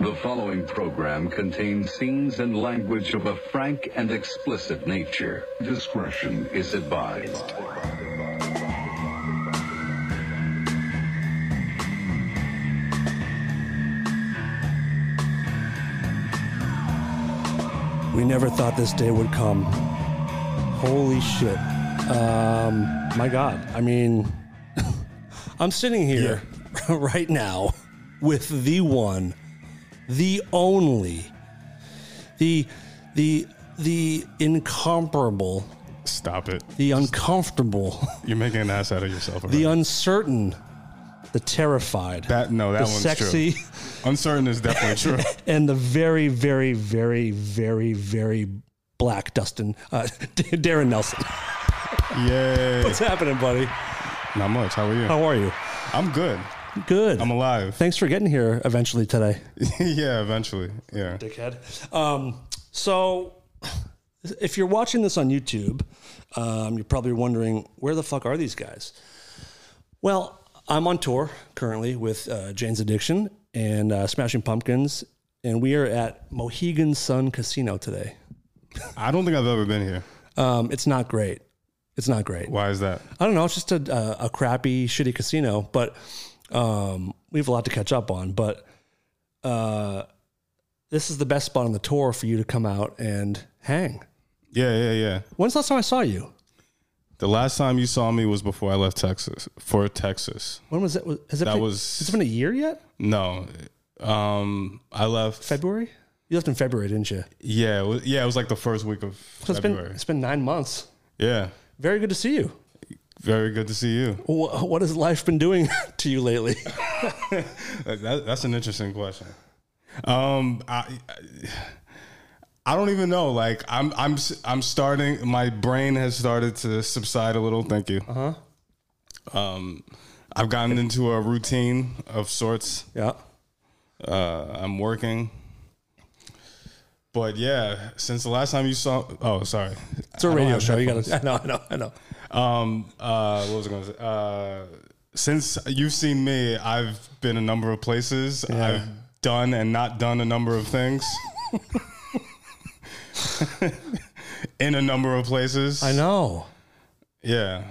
The following program contains scenes and language of a frank and explicit nature. Discretion is advised. We never thought this day would come. Holy shit. Um, my God. I mean, I'm sitting here right now with the one, the only, the, the, the incomparable, Stop it. the uncomfortable, You're making an ass out of yourself. the already. uncertain, the terrified, that no, that the one's sexy. true. Uncertain is definitely true. and the very, very, very, very, very black Dustin uh, Darren Nelson. Yay. What's happening, buddy? Not much. How are you? How are you? I'm good. Good. I'm alive. Thanks for getting here eventually today, yeah, eventually. Yeah. dickhead. Um, so, if you're watching this on YouTube, um, you're probably wondering where the fuck are these guys? Well, I'm on tour currently with uh, Jane's Addiction and uh, Smashing Pumpkins, and we are at Mohegan Sun Casino today. I don't think I've ever been here. Um, it's not great. It's not great. Why is that? I don't know. It's just a, a, a crappy, shitty casino, but um, we have a lot to catch up on. But uh, this is the best spot on the tour for you to come out and hang. Yeah, yeah, yeah. When's the last time I saw you? The last time you saw me was before I left Texas for Texas. When was it? Was- Has it That been, was- Has it been a year yet? No. Um, I left. February? You left in February, didn't you? yeah, it was, yeah. It was like the first week of So it's been February. it's been nine months. yeah, Very good to see you. very good to see you. Wh- What has life been doing to you lately? Like, that, that's an interesting question. Um, I, I- I don't even know. Like, I'm, I'm, s- I'm starting. My brain has started to subside a little. Thank you. Uh huh. Um, I've gotten into a routine of sorts. yeah. Uh, I'm working. But yeah, since the last time you saw, oh sorry, It's a radio show. You got to. I know. I know. I know. um, uh, what was I going to say? Uh, since you've seen me, I've been a number of places. I've done and not done a number of things. In a number of places, I know. yeah,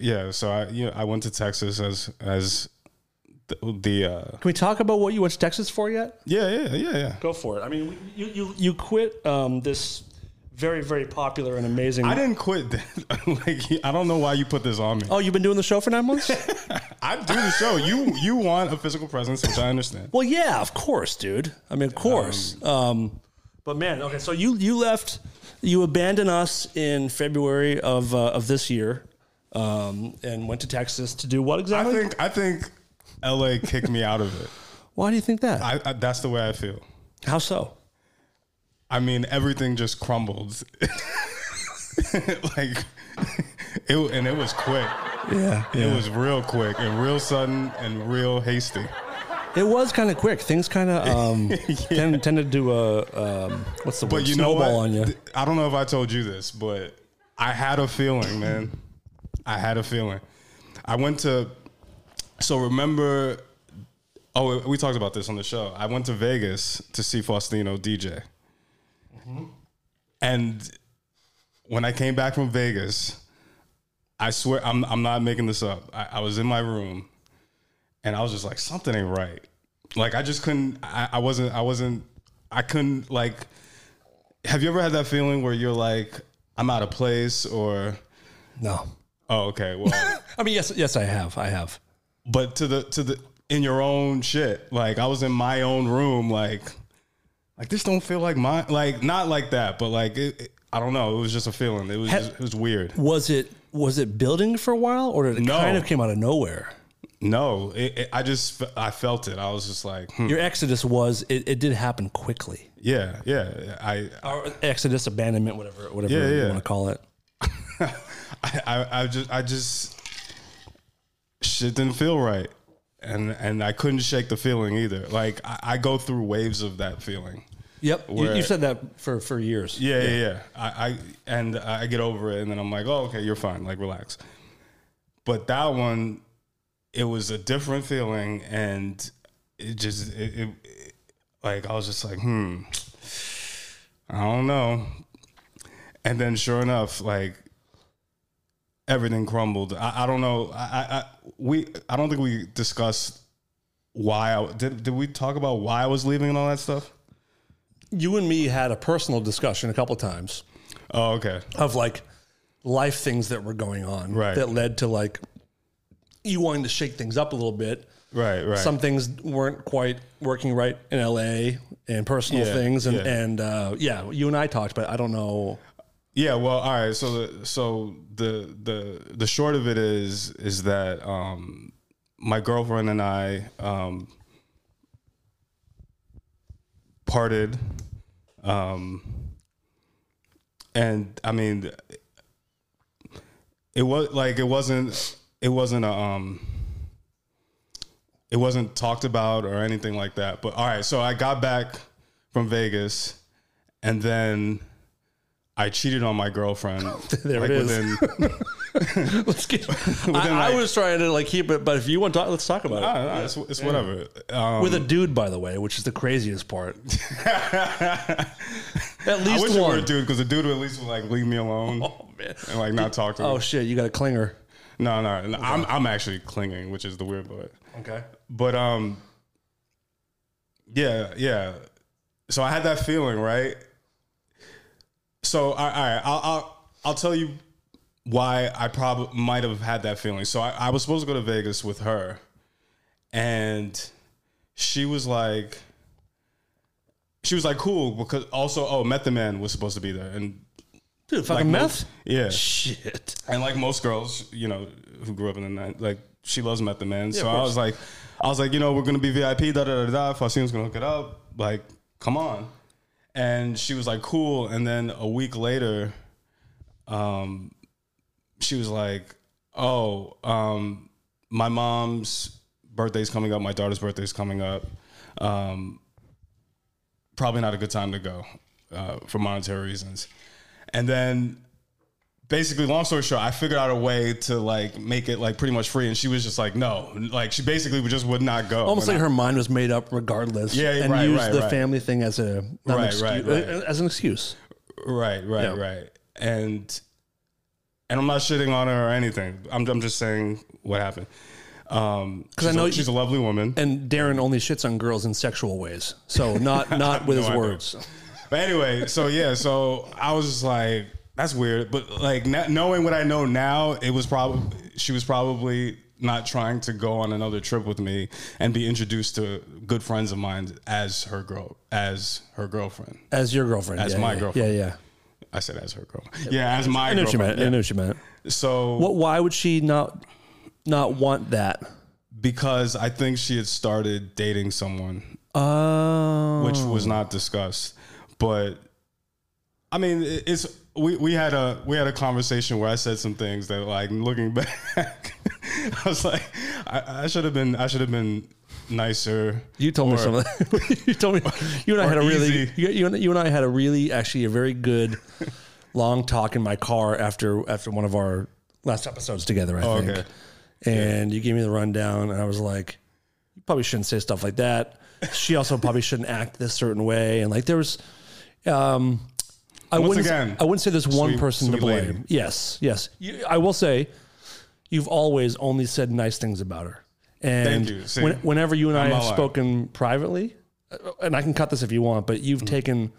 yeah. So I, you know, I went to Texas as as the, the uh, Can we talk about what you went to Texas for yet? yeah, yeah, yeah, yeah. Go for it. I mean, you you you quit um, this very very popular and amazing. I didn't quit. like I don't know why you put this on me. oh, you've been doing the show for nine months. I do the show. You you want a physical presence, which I understand. well, yeah, of course, dude. I mean, of course. Um, but man, okay. So you you left, you abandoned us in February of uh, of this year, um, and went to Texas to do what I exactly? think I think L.A. kicked me out of it. Why do you think that? I, I that's the way I feel. How so? I mean, everything just crumbled. like it, and it was quick. Yeah, It was real quick and real sudden and real hasty. It was kind of quick. Things kind of um, tend, tended to uh, um, what's the word? But you Snowball know what? on you. Th- I don't know if I told you this, but I had a feeling, man. I had a feeling. I went to. So remember, oh, we- we talked about this on the show. I went to Vegas to see Faustino DJ, Mm-hmm. and when I came back from Vegas, I swear I'm I'm not making this up. I, I was in my room, and I was just like, something ain't right. Like I just couldn't. I, I wasn't. I wasn't. I couldn't like have you ever had that feeling where you're like, I'm out of place or no, oh okay, well I mean yes, yes, I have, I have. but to the to the in your own shit. Like I was in my own room, like like this don't feel like mine like not like that, but like it, it- I don't know. It was just a feeling. It was Had- it was weird. Was it was it building for a while, or did it No. kind of came out of nowhere? No, it, it, I just f- I felt it. I was just like, hmm, Your exodus was it, it did happen quickly. yeah, yeah. I Or exodus, abandonment, whatever, whatever Yeah, you yeah. want to call it. I, I, I just I just shit didn't feel right. And and I couldn't shake the feeling either. Like I, I go through waves of that feeling. Yep, you, Where- you said that for for years. Yeah, yeah, yeah. I, I and I get over it and then I'm like, oh okay, you're fine, like relax. But that one, it was a different feeling and it just it, it like I was just like, hmm, I don't know. And then sure enough, like everything crumbled. I, I don't know. I, I, I we I don't think we discussed why I did did we talk about why I was leaving and all that stuff? You and me had a personal discussion a couple times Oh, okay. of like life things that were going on Right. that led to like you wanting to shake things up a little bit. Right, right. Some things weren't quite working right in LA and personal Yeah, things and yeah. and uh, yeah, you and I talked, but I don't know. Yeah, well, all right. So the so the the the short of it is is that um my girlfriend and I um parted um and I mean it was like it wasn't it wasn't a um it wasn't talked about or anything like that. But all right, so I got back from Vegas and then I cheated on my girlfriend. There it is. Within, Let's get. I, I like- was trying to like keep it, but if you want to talk, let's talk about it. I don't know, it's it's whatever. Um, With a dude, by the way, which is the craziest part. At I wish least it were one. a dude because the dude would at least would like leave me alone and like not talk to me. Oh shit, you got a clinger. no, no, no, I'm I'm actually clinging, which is the weird part. Okay. But um, yeah, yeah. So I had that feeling, right? So I, all right, I'll, I'll I'll tell you why I probably might have had that feeling. So I, I was supposed to go to Vegas with her, and she was like, she was like, cool, because also, oh, Method Man was supposed to be there, and Dude, fucking meth? yeah, Shit. and like most girls, you know, who grew up in the night, like she loves Method Man. so of I course. was like, I was like, you know, we're gonna be VIP. Da da da da. Faustino's gonna hook it up. Like, come on. And she was like, cool. And then a week later, um, she was like, oh, um, my mom's birthday's coming up. My daughter's birthday's coming up. Um, probably not a good time to go uh, for monetary reasons. And then basically, long story short, I figured out a way to like make it like pretty much free, and she was just like, no, like she basically just would not go. Almost And like her mind was made up regardless. Yeah, And right, used right, the right. family thing as a not an Right, excuse, right, right. uh, as an excuse. Right, right, Yeah. right. And and I'm not shitting on her or anything. I'm I'm just saying what happened. Um, 'Cause I she's a- know you- she's a lovely woman. And Darren only shits on girls in sexual ways. So not not with No, his I don't. words. But anyway, so yeah, so I was just like, that's weird. But like kn- knowing what I know now, it was probably she was probably not trying to go on another trip with me and be introduced to good friends of mine as her girl as her girlfriend. As your girlfriend. As my girlfriend. Yeah, yeah. I said as her girlfriend. Yeah, as my I knew what you girlfriend. meant. I knew what you meant. So What why would she not not want that? because I think she had started dating someone Oh which was not discussed. But I mean, it- it's we, we had a we had a conversation where I said some things that like looking back, I was like, I, I should have been I should have been nicer. You told me or- something. you told me you and I had a really easy. you, you, and, you and I had a really actually a very good long talk in my car after after one of our last episodes together. I think, Oh, okay. and you gave me the rundown, and I was like, you probably shouldn't say stuff like that. She also probably shouldn't act this certain way, and like there was, um, I Once wouldn't again, I wouldn't say there's one sweet- person sweet to blame. lady. Yes, yes, you, I will say, you've always only said nice things about her. And Thank you. See, when- whenever you and I I'm have all right. spoken privately, uh, and I can cut this if you want, but Mm-hmm. you've taken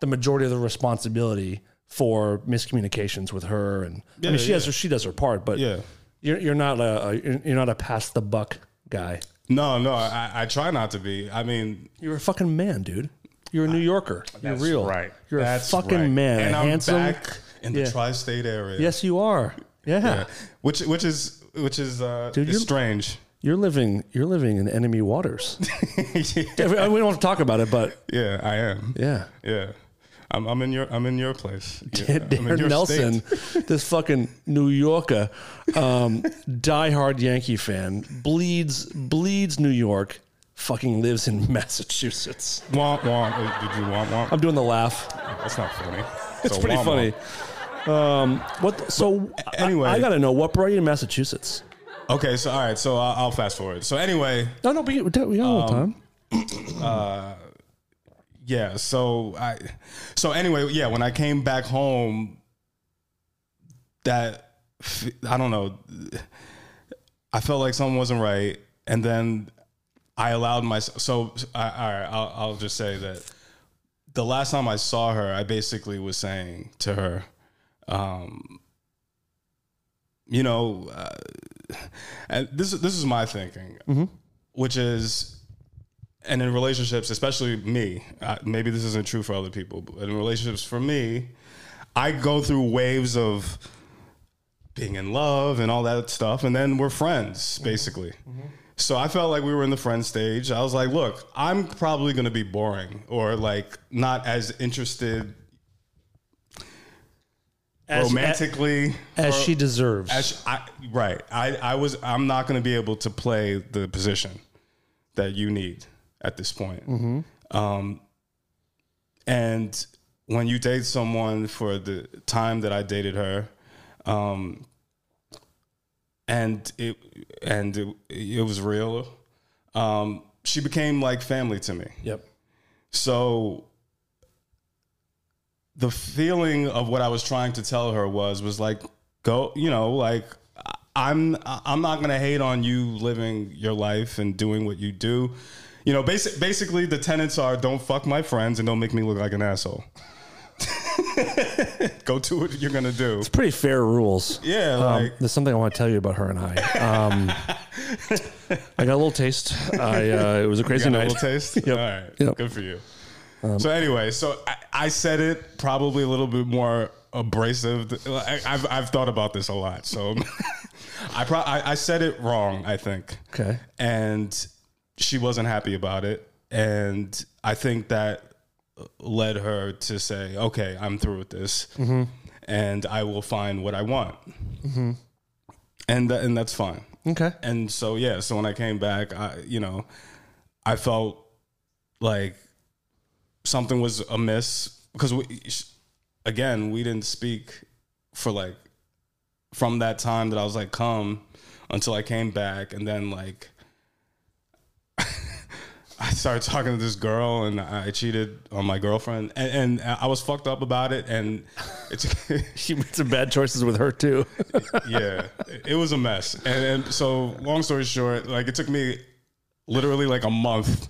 the majority of the responsibility for miscommunications with her. And I mean, she has her, she does her part, but Yeah. you're, you're not a, a you're you're not a pass the buck guy. No, no, I, I try not to be. I mean, You're a fucking man, dude. You're a New Yorker. You're real. right? You're That's a fucking right. man. and a I'm handsome. back in the Yeah. tri-state area. Yes, you are. Yeah. which which is which is uh, Dude, is you're- strange. You're living you're living in enemy waters. I mean, we don't have to talk about it, but Yeah, I am. yeah. Yeah. I'm, I'm in your I'm in your place. Yeah, I'm in Darren your Nelson, state. this fucking New Yorker, um, diehard Yankee fan, bleeds bleeds New York, fucking lives in Massachusetts. Womp womp. Uh, Did you womp womp? I'm doing the laugh. That's not funny. It's So pretty womp funny. womp. Um, what? the- so I- anyway. I, gotta know what brought you to Massachusetts. Okay, so all right, so I'll, I'll fast forward. So anyway, No, no, we, we got a little time. yeah, so I so anyway, yeah, when I came back home that f- I don't know I felt like something wasn't right and then I allowed myself so I, all right, I'll, I'll just say that the last time I saw her, I basically was saying to her um you know, uh, and this this is my thinking, which is, and in relationships, especially me, uh, maybe this isn't true for other people, but in relationships for me, I go through waves of being in love and all that stuff, and then we're friends basically. So I felt like we were in the friend stage. I was like, look, I'm probably going to be boring or like not as interested As- romantically as or- she deserves. as sh- I, right. I, I was. I'm not going to be able to play the position that you need at this point. Um, and when you date someone for the time that I dated her, um, and it and it, it was real. Um, she became like family to me. yep. So the feeling of what I was trying to tell her was was like go, you know, like I- I'm I'm not going to hate on you living your life and doing what you do. You know, basic, basically the tenets are don't fuck my friends and don't make me look like an asshole. go do what you're going to do. Pretty fair rules. Yeah, Um, like There's something I want to tell you about her and I. Um, I got a little taste. I uh, it was a crazy Got a night. little taste. All right, Yep. Um, good for you. so anyway, so I, I said it probably a little bit more abrasive. th- I, I've I've thought about this a lot, so I, pro- I I said it wrong. I think. Okay. And she wasn't happy about it, and I think that led her to say, "Okay, I'm through with this, Mm-hmm. and I will find what I want." And th- and that's fine. Okay. And so yeah, so when I came back, I you know, I felt like something was amiss because we again, we didn't speak for like from that time that I was like come until I came back and then like I started talking to this girl and I cheated on my girlfriend and, and I was fucked up about it and it's She made some bad choices with her too. yeah, it was a mess. And, and so, long story short, like it took me literally like a month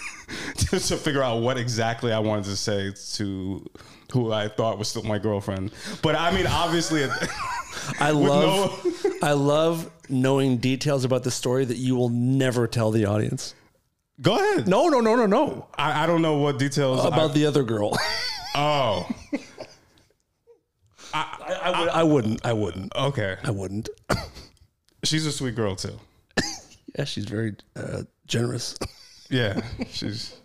to, to figure out what exactly I wanted to say to who I thought was still my girlfriend. But I mean, obviously, it, I with love no, I love knowing details about the story that you will never tell the audience. go ahead. No, no, no, no, no. I, I don't know what details About the other girl. I, oh, I, I, would, I wouldn't. I wouldn't. okay. I wouldn't. She's a sweet girl too. Yeah, she's very uh, generous. Yeah, she's.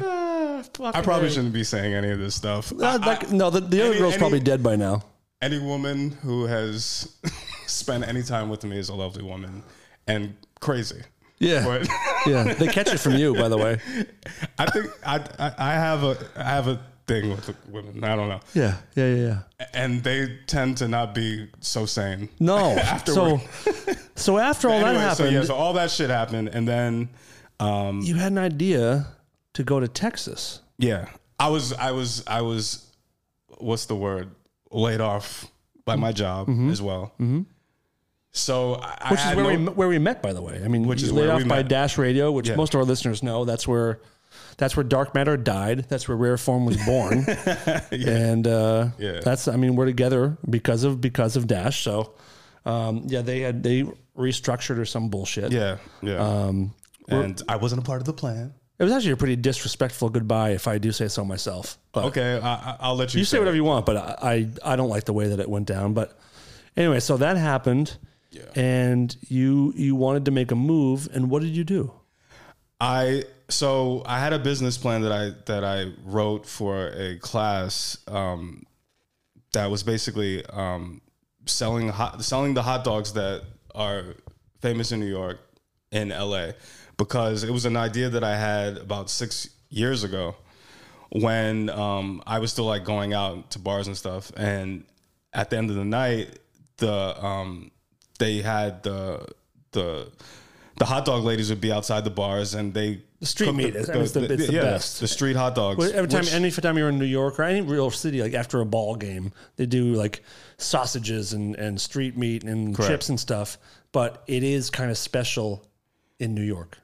I probably shouldn't be saying any of this stuff. Uh, like, no, the, the other any- girl's any- probably dead by now. any woman who has spent any time with me is a lovely woman and crazy. Yeah. But Yeah. They catch it from you, by the way. I think I, I I have a I have a thing with women. I don't know, Yeah. Yeah. Yeah. yeah. and they tend to not be so sane. No. so, Afterward. so after all that Anyway, so happened, yeah, so all that shit happened, and then um, you had an idea to go to Texas. yeah, I was I was I was what's the word laid off by my job as well. So I, Mm-hmm. which I is had where no- we where we met, by the way. I mean, which is laid where off we by met. Dash Radio, which most of our listeners know. That's where that's where Dark Matter died. That's where Rare Form was born, and uh, Yeah. that's I mean we're together because of because of Dash. So um, yeah, they had they restructured or some bullshit. yeah yeah, Um, and I wasn't a part of the plan. It was actually a pretty disrespectful goodbye, if I do say so myself. But Okay, I- I, I'll let you. you say whatever you want, but I, I I don't like the way that it went down. But anyway, so that happened, and you you wanted to make a move, and what did you do? I so I had a business plan that I that I wrote for a class um, that was basically um, selling hot, selling the hot dogs that are famous in New York in LA because it was an idea that I had about six years ago when um, I was still like going out to bars and stuff and at the end of the night the um, they had the the the hot dog ladies would be outside the bars and they The street cook meat is, is the, it's the yeah, best. The street hot dogs. Well, every time, which- any time you're in New York or any real city, like after a ball game, they do like sausages and, and street meat and Correct. chips and stuff. But it is kind of special in New York,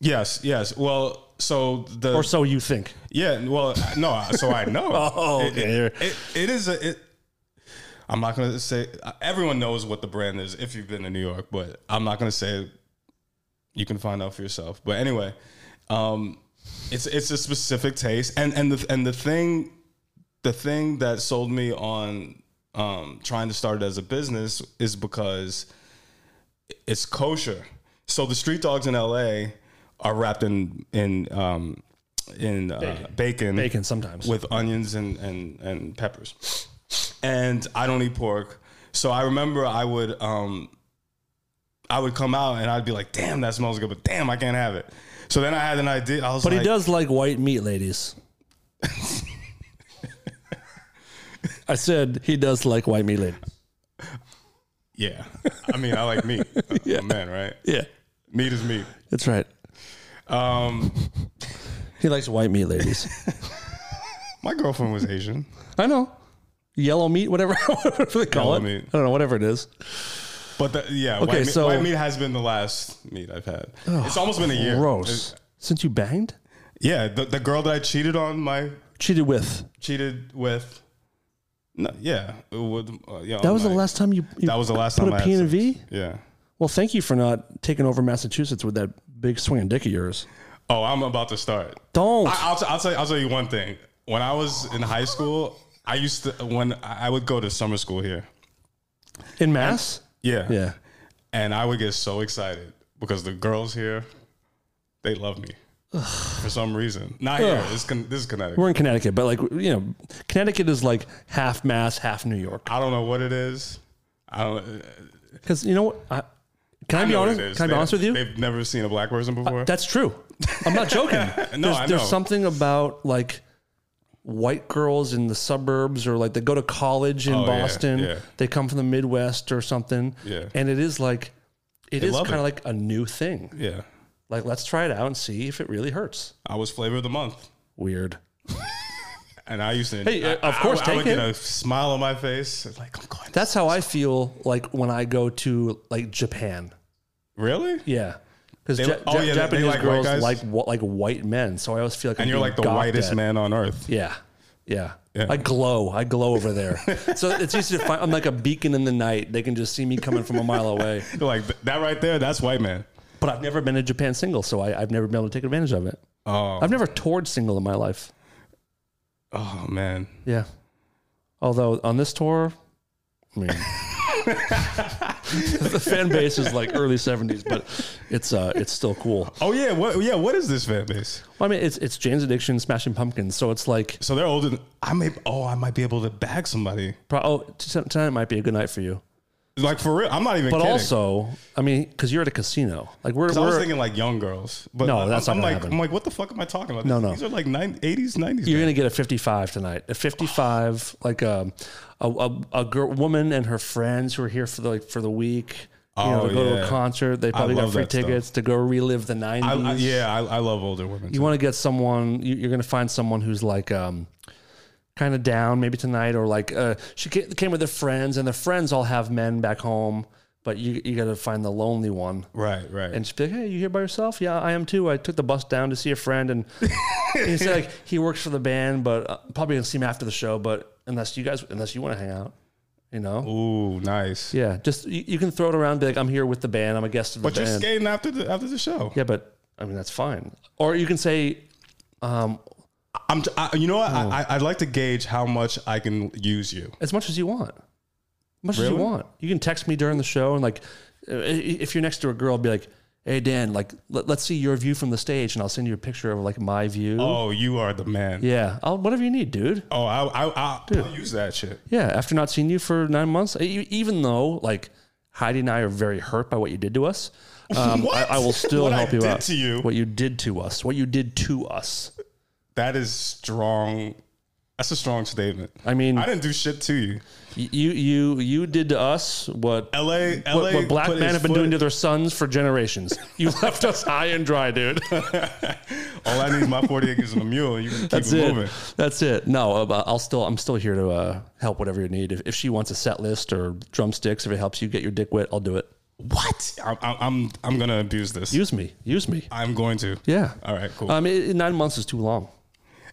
yes, yes. Well, so the or so you think. Yeah, well, no, so I know. Oh, It- okay. It, it- it is a. It, I'm not gonna say everyone knows what the brand is if you've been to New York, but I'm not gonna say. You can find out for yourself. But anyway, um, it's it's a specific taste, and and the and the thing, the thing that sold me on um, trying to start it as a business is because it's kosher. So the street dogs in L.A. are wrapped in in um, in uh, bacon, Bacon sometimes. with onions and, and, and peppers. And I don't eat pork. So I remember I would um I would come out and I'd be like, damn, that smells good, but damn, I can't have it. So then I had an idea. I was but like, he does like white meat, ladies. I said he does like white meat, ladies. Yeah. I mean, I like meat. I'm a man, right? Yeah, Meat is meat. that's right. Um He likes white meat, ladies. my girlfriend was Asian. I know. Yellow meat, whatever, whatever they call Yellow it. meat. I don't know, whatever it is. But the, yeah, Okay, white, meat, so- white meat has been the last meat I've had. it's almost been a year. Gross. Since you banged, Yeah, the, the girl that I cheated on, my cheated with. cheated with. No, yeah, with, uh, yeah, That was the my- last time you, you That was the last put time I a had P and a V. sex. Yeah. Well, thank you for not taking over Massachusetts with that big swinging dick of yours. Oh, I'm about to start. Don't. I, I'll, t- I'll tell you, I'll tell you one thing. When I was in high school, I used to when I I would go to summer school here. in Mass? Yeah. Yeah. And I would get so excited because the girls here, they love me for some reason. Not here. This, con- this is Connecticut. We're in Connecticut, but like, you know, Connecticut is like half Mass, half New York. I don't know what it is. I don't. Because you know what? I, can I, I be know what honest? it is. Can I be They- honest with you? They've never seen a black person before. Uh, That's true. I'm not joking. there's, I know. there's something about like white girls in the suburbs or like they go to college in Oh, yeah, Boston. yeah. They come from the Midwest or something. Yeah. And it is like, it is love kind it. of like a new thing. yeah. Like, let's try it out and see if it really hurts. I was flavor of the month. Weird. And I used to, Hey, uh, I- of course, I, take I would it. get a smile on my face. It's like I'm going. That's how I feel like when I go to like Japan. really? Yeah. Because They- oh, yeah, they- they Japanese like white girls guys? like wh- like white men, so I always feel like I'm And you're being like the gawked whitest at. man on earth. Yeah. Yeah. Yeah. I glow. I glow over there. so it's easy to find. I'm like a beacon in the night. They can just see me coming from a mile away. You're like "Th- that right there. That's white man. But I've never been a Japan single, so I, I've never been able to take advantage of it. Oh, I've never toured single in my life. oh man. Yeah. Although on this tour, I mean, the fan base is like early 70s, but it's uh, it's still cool. Oh yeah. What? Yeah. What is this fan base? Well, I mean, it's it's Jane's Addiction, Smashing Pumpkins, so it's like So they're older. Than, I may. Oh, I might be able to bag somebody. pro- oh, t- tonight might be a good night for you. Like for real. I'm not even. But kidding. also, I mean, because you're at a casino, like we're, 'Cause I was we're thinking like young girls. But No, I'm- that's not I'm, gonna like happen. I'm like what the fuck am I talking about? No, no. These are like 90, 80s, 90s. you're man. gonna get a 55 tonight. A 55, like um, a a, a girl, woman and her friends who are here for the like for the week. You know, Oh, to go to a yeah. concert. They I probably got love free that stuff. tickets to go relive the 90s. I, I- yeah, I, I love older women. You too. want to get someone. You, you're going to find someone who's like um, kind of down, maybe tonight, or like uh, she ca- came with her friends, and the friends all have men back home, but you you got to find the lonely one. right, right. And she's like, "Hey, you here by yourself? Yeah, I am too. I took the bus down to see a friend, and he said like he works for the band, but uh, probably gonna see him after the show. But unless you guys, unless you want to hang out, you know, Ooh, nice. yeah, just you, you can throw it around. Be like, I'm here with the band. I'm a guest of the But you're band. skating after the after the show. Yeah, but I mean that's fine. Or you can say, um, I'm. T- I, you know what? Oh. I, I, I'd like to gauge how much I can use you. as much as you want. As much as you Really? want. You can text me during the show and like uh, if you're next to a girl, be like, "Hey Dan, like let, let's see your view from the stage and I'll send you a picture of like my view." Oh, you are the man. Yeah, I'll, whatever you need, dude. Oh, I, I, I, will use that shit. Yeah, after not seeing you for 9 months, e- even though like Heidi and I are very hurt by what you did to us, um, What? I, I will still What I help you did out. to you? What you did to us. What you did to us. That is strong. That's a strong statement. I mean- I didn't do shit to you. You you you did to us what LA, LA, what, what black put men his have been foot- doing to their sons for generations. You left us high and dry, dude. All I need is my 40 acres and a mule. and You can keep That's it it. moving. That's it. No, uh, I'll still I'm still here to uh, help whatever you need. If, if she wants a set list or drumsticks, if it helps you get your dick wet, I'll do it. What? I'm, I'm, I'm, I'm going to abuse this. Use me. Use me. I'm going to. Yeah. All right, cool. Um, it, nine months is too long.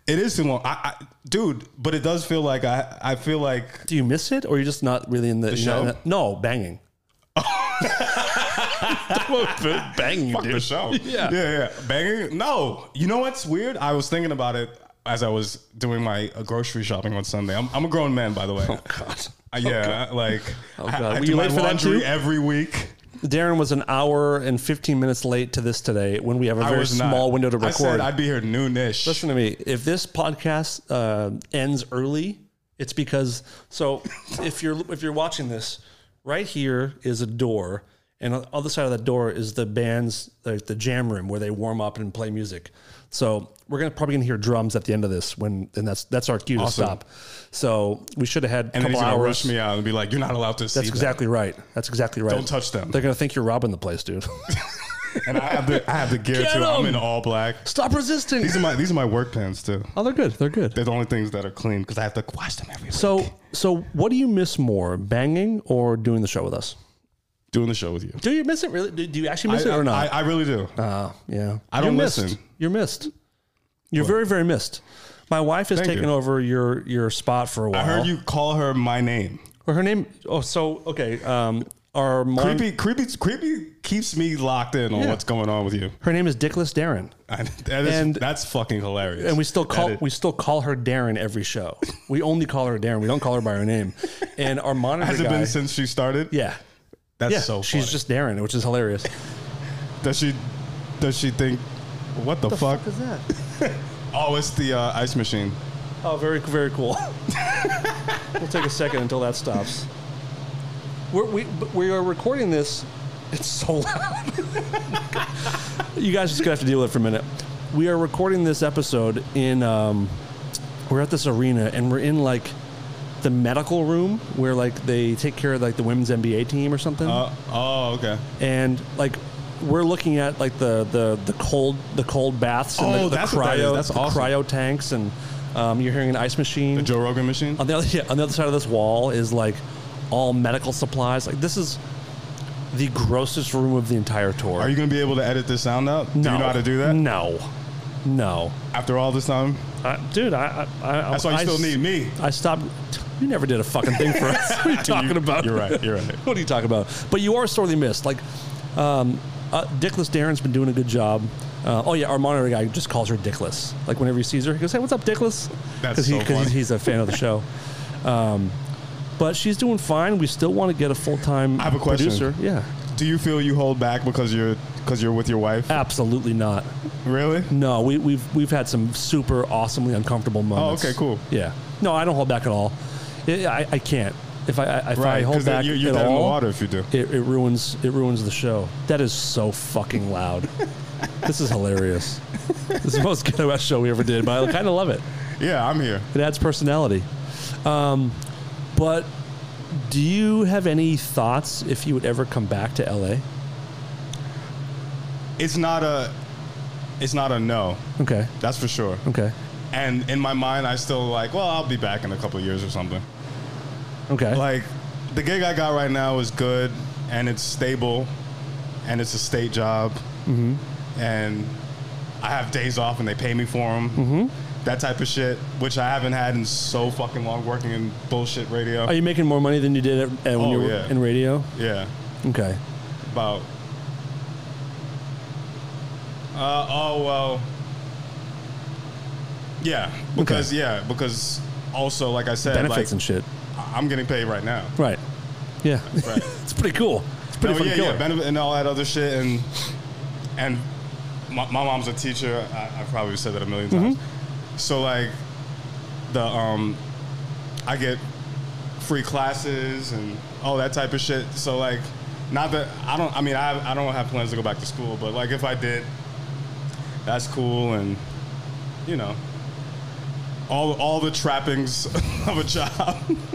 it is too long. I, I, dude, but it does feel like I, I feel like Do you miss it, or you're just not really in the, you're not in show? the- no banging? banging, Fuck the show. Yeah. yeah, yeah. Banging? No. You know what's weird? I was thinking about it as I was doing my uh, grocery shopping on Sunday. I'm, I'm a grown man, by the way. Oh God. yeah, uh, like I- God. I, Were do you my late for that laundry too? every week. Darren was an hour and 15 minutes late to this today when we have a I very was not. small window to I said record. I'd be here noonish. Listen to me. If this podcast uh, ends early, it's because so if you're if you're watching this, right here is a door, and on the other side of that door is the band's like the jam room where they warm up and play music. So we're gonna probably gonna hear drums at the end of this when and that's that's our cue Awesome. to stop. So we should have had a and then couple he's gonna hours. rush me out and be like, "You're not allowed to see That's exactly right. That's exactly right. Don't touch them. They're gonna think you're robbing the place, dude. that." And I have the I have the gear Get too. I'm him! in all black. Stop resisting. These are my these are my work pants too. oh, they're good. They're good. They're the only things that are clean because I have to wash them every week. So, so what do you miss more, banging or doing the show with us? doing the show with you. Do you miss it really? Do, do you actually miss I, it or not? I, I really do. Uh, yeah, I don't You're missed. listen. You're missed. You're very, very missed. My wife has Thank taken you. over your your spot for a while. I heard you call her my name. Or her name. Oh, so okay. Um, our mom, Creepy, creepy, creepy keeps me locked in on Yeah. what's going on with you. Her name is Dickless Darren, I, that is, And- that's fucking hilarious. and we still That call is- we still call her Darren every show. We only call her Darren. We don't call her by her name. And our monitor has it guy. been since she started? yeah. that's yeah, so. Funny. she's just Darren, which is hilarious. does she does she think what the, fuck? is that? Oh, it's the uh, ice machine. Oh, very, very cool. we'll take a second until that stops. We're, we but we are recording this. It's so loud. you guys just gonna have to deal with it for a minute. We are recording this episode in. Um, we're at this arena and we're in like the medical room where like they take care of like the women's NBA team or something Uh, oh, okay. and like we're looking at like the the the cold the cold baths and Oh, the, the that's what that cryo is. That's the awesome. cryo tanks and um, you're hearing an ice machine The Joe Rogan machine. on the other yeah, on the other side of this wall is like all medical supplies like this is the grossest room of the entire tour Are you gonna be able to edit this sound out? Do you know how to do that? no no After all this time, uh, dude I, I, I that's why you I still s- need me. I stopped you never did a fucking thing for us what are you talking about You're right. You're right. what are you talking about? But you are sorely missed. Like, um, uh, Dickless Darren's been doing a good job. Uh, oh yeah, our monitor guy just calls her Dickless. Like whenever he sees her, he goes, "Hey, what's up, Dickless?" That's he, so funny. he's, he's a fan of the show. Um, but she's doing fine. We still want to get a full time I have a question. producer. Yeah, Do you feel you hold back because you're because you're with your wife? absolutely not. Really? No, we, we've we've had some super awesomely uncomfortable moments. Oh, okay, cool. Yeah. No, I don't hold back at all. I I, I can't. If I, I if I Right. hold Because back you're, you're at dead in the all, water if you do. it, it ruins it ruins the show. That is so fucking loud. this is hilarious. This is the most ghetto ass show we ever did, but I kind of love it. Yeah, I'm here. It adds personality. Um, but do you have any thoughts if you would ever come back to LA? It's not a it's not a no. Okay, That's for sure. okay, And in my mind, I still like, well, I'll be back in a couple of years or something. okay. Like, the gig I got right now is good and it's stable and it's a state job. Mm-hmm. And I have days off and they pay me for them. Mm-hmm. That type of shit, which I haven't had in so fucking long working in bullshit radio. Are you making more money than you did at, at when Oh, you were yeah. in radio? yeah. Okay, About. Uh, oh, well. Yeah, because, yeah, because also, like I said, benefits like, and shit. I'm getting paid right now. Right. Yeah. Right. it's pretty cool. It's pretty No, fucking yeah, killer. yeah, benefit and all that other shit, and and my, my mom's a teacher. I, I've probably said that a 1000000 Mm-hmm. times. So like the um, I get free classes and all that type of shit. So like, not that I don't. I mean, I I don't have plans to go back to school, but like if I did, that's cool, and you know, all all the trappings of a job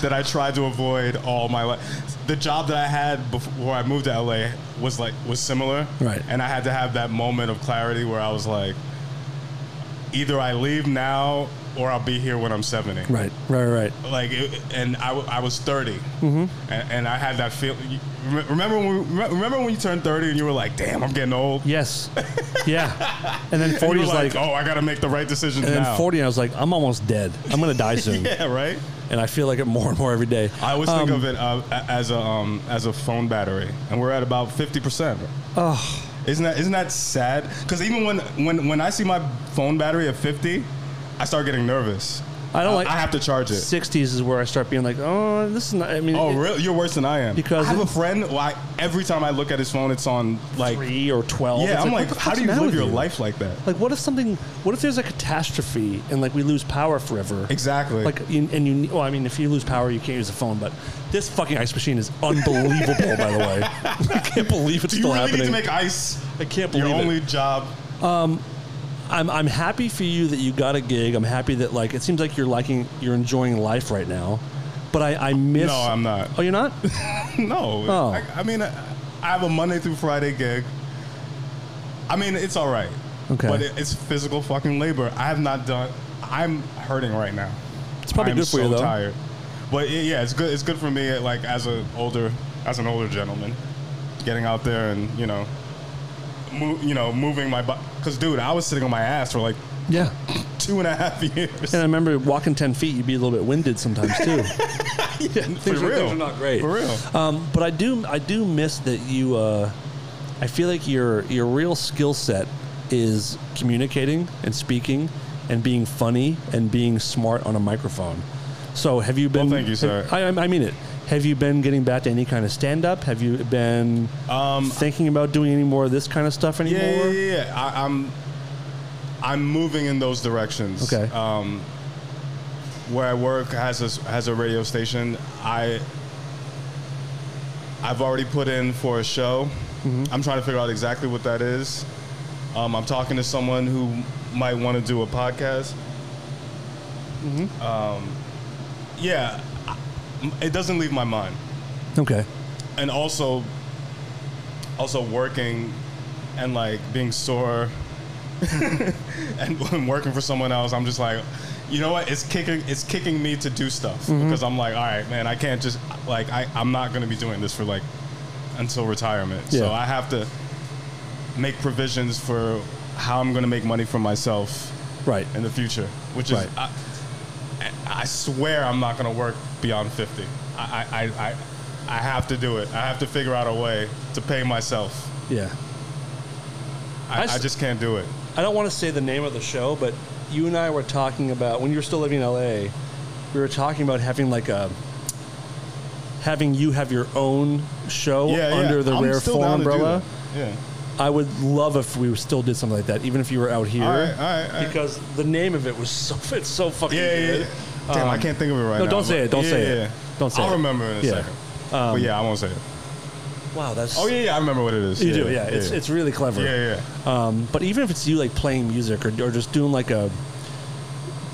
that I tried to avoid all my life. The job that I had before I moved to LA was like was similar, Right. And I had to have that moment of clarity where I was like, either I leave now or I'll be here when I'm seventy, Right, right, right. like it, and I, w- I was 30 Mm-hmm. and, and i had that feel you- rem- remember when, we, re- remember when you turned 30 and you were like damn i'm getting old Yes. Yeah. And then 40 you is were like, like, oh i gotta make the right decision and now then 40, I was like, I'm almost dead. I'm going to die soon. yeah right And I feel like it more and more every day. i always Um, think of it uh, a- as a um, as a phone battery and we're at about 50% oh isn't that isn't that sad because even when when when i see my phone battery at 50 i start getting nervous I don't like- i have to charge it 60s is where I start being like, oh, this is not, I mean, Oh, it- really? You're worse than I am. Because I have a it- friend. Why every time I look at his phone, it's on like three or 12. Yeah, It's I'm what like, the how fuck's do you the matter live with your you? life like that? Like, what if something, what if there's a catastrophe and like we lose power forever? Exactly. Like, you- and you, well, I mean, if you lose power, you can't use the phone, but this fucking ice machine is unbelievable, by the way. I can't believe it's do you still really happening. need to make ice I can't your believe it. only job? I'm I'm happy for you that you got a gig. I'm happy that like it seems like you're liking you're enjoying life right now. But I I miss No, I'm not. Oh, you're not? no. Oh. I, I mean, I I have a Monday through Friday gig. I mean, it's all right. Okay. But it, it's physical fucking labor. I have not done. I'm hurting right now. It's probably I'm good for so you though. tired. But it, yeah, it's good. It's good for me. Like as an older, as an older gentleman, getting out there and you know, mo- you know, moving my body. Cause dude, I was sitting on my ass for like Yeah. two and a half years. And I remember walking 10 feet, you'd be a little bit winded sometimes too. for are- real. things are not great. For real. Um, but I do I do miss that you. Uh, I feel like your your real skill set is communicating and speaking and being funny and being smart on a microphone. So have you been? thank you, sir. I, I I mean it. Have you been getting back to any kind of stand up? Have you been thinking about doing any more of this kind of stuff anymore? Um, Yeah, yeah, yeah. yeah. I, I'm, I'm moving in those directions. Okay. Um, where I work has a, has a radio station. I, I've already put in for a show. Mm-hmm. I'm trying to figure out exactly what that is. Um, I'm talking to someone who might want to do a podcast. Um, Mm-hmm. yeah, I- it doesn't leave my mind Okay. and also also working and like being sore and when working for someone else i'm just like you know what it's kicking it's kicking me to do stuff because i'm like all right man i can't just like I, i'm not going to be doing this for like until retirement so Yeah. i have to make provisions for how i'm going to make money for myself Right. in the future which is Right. I, I swear I'm not going to work beyond 50. I, I, I, I- I have to do it. I have to figure out a way to pay myself. Yeah. I I, s- I just can't do it. I don't want to say the name of the show, but you and I were talking about when you were still living in LA. We were talking about having like a having you have your own show Yeah, yeah. under the I'm rare still form down to do umbrella. that. Yeah. I would love if we still did something like that, even if you were out here, All right, all right, all right. because the name of it was so it's so fucking Yeah, yeah. good. yeah. Damn, I Um, can't think of it right no, now. don't say but- it, don't yeah, say it. yeah, yeah. Don't say I'll it. remember in a Yeah. Um, second. but yeah, I won't say it. Wow, that's Oh, yeah, yeah, I remember what it is. you do, yeah. It's it's really clever. yeah, yeah. Um, but even if it's you like playing music or, or just doing like a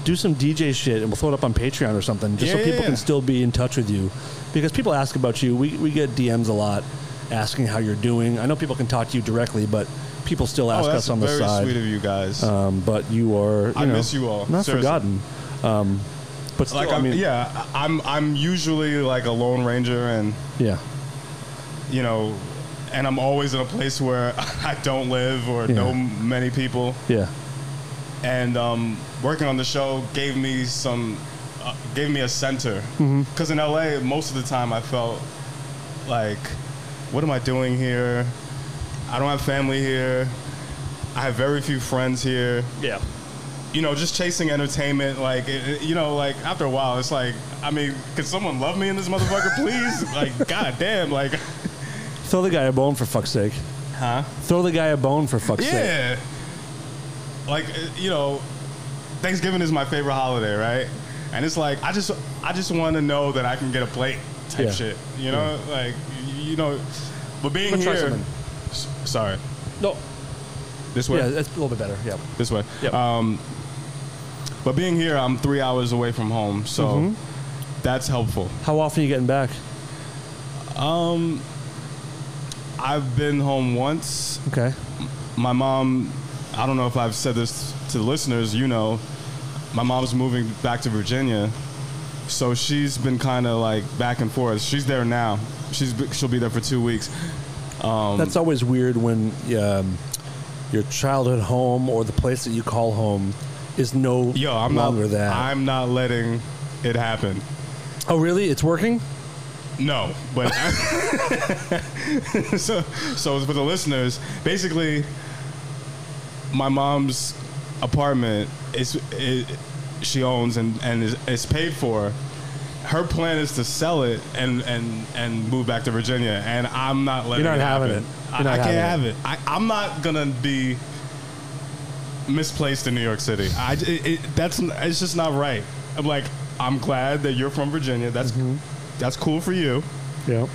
do some DJ shit and we'll throw it up on Patreon or something just so Yeah, yeah, people yeah. can still be in touch with you because people ask about you. We we get DMs a lot asking how you're doing. I know people can talk to you directly, but people still Oh, ask that's us on the very side. sweet of you guys. Um, but you are you I know, miss you all, not seriously. forgotten. Um, but still, like, I I'm, mean, yeah, yeah, I'm, I'm usually like a lone ranger and. yeah, you know, and I'm always in a place where I don't live or Yeah. know many people. yeah. And um, working on the show gave me some, uh, gave me a center. Because in LA, most of the time I felt like, what am I doing here? I don't have family here. I have very few friends here. You know, just chasing entertainment. Like, it, it- you know, like after a while, it's like, I mean, can someone love me in this motherfucker, please? like, goddamn, like, Throw the guy a bone for fuck's sake. huh? Throw the guy a bone for fuck's sake. Yeah. Like uh, you know, Thanksgiving is my favorite holiday, right? And it's like I just I just want to know that I can get a plate type Yeah. shit. You know, like y- you know, but being Let's try here. something. S- sorry, No, this way. yeah, that's a little bit better. Yeah. This way. Yep. Um, But being here, I'm three hours away from home, so Mm-hmm. that's helpful. How often are you getting back? I've been home once. Okay. My mom, I don't know if I've said this to the listeners, you know, my mom's moving back to Virginia. So she's been kind of like back and forth. She's there now. She's she'll be there for 2 weeks. Um, That's always weird when um, your childhood home or the place that you call home is no Yo, I'm longer not that. I'm not letting it happen. oh, really? It's working? No, but so so for the listeners, basically, my mom's apartment is it, she owns and and is, is paid for. Her plan is to sell it and and and move back to Virginia, and I'm not letting. You're not it having happen. it. I, You're not I can't have having it. I, I'm not gonna be misplaced in New York City. I it, it, that's n- it's just not right. I'm like I'm glad that you're from Virginia. That's Mm-hmm. that's cool for you, Yeah.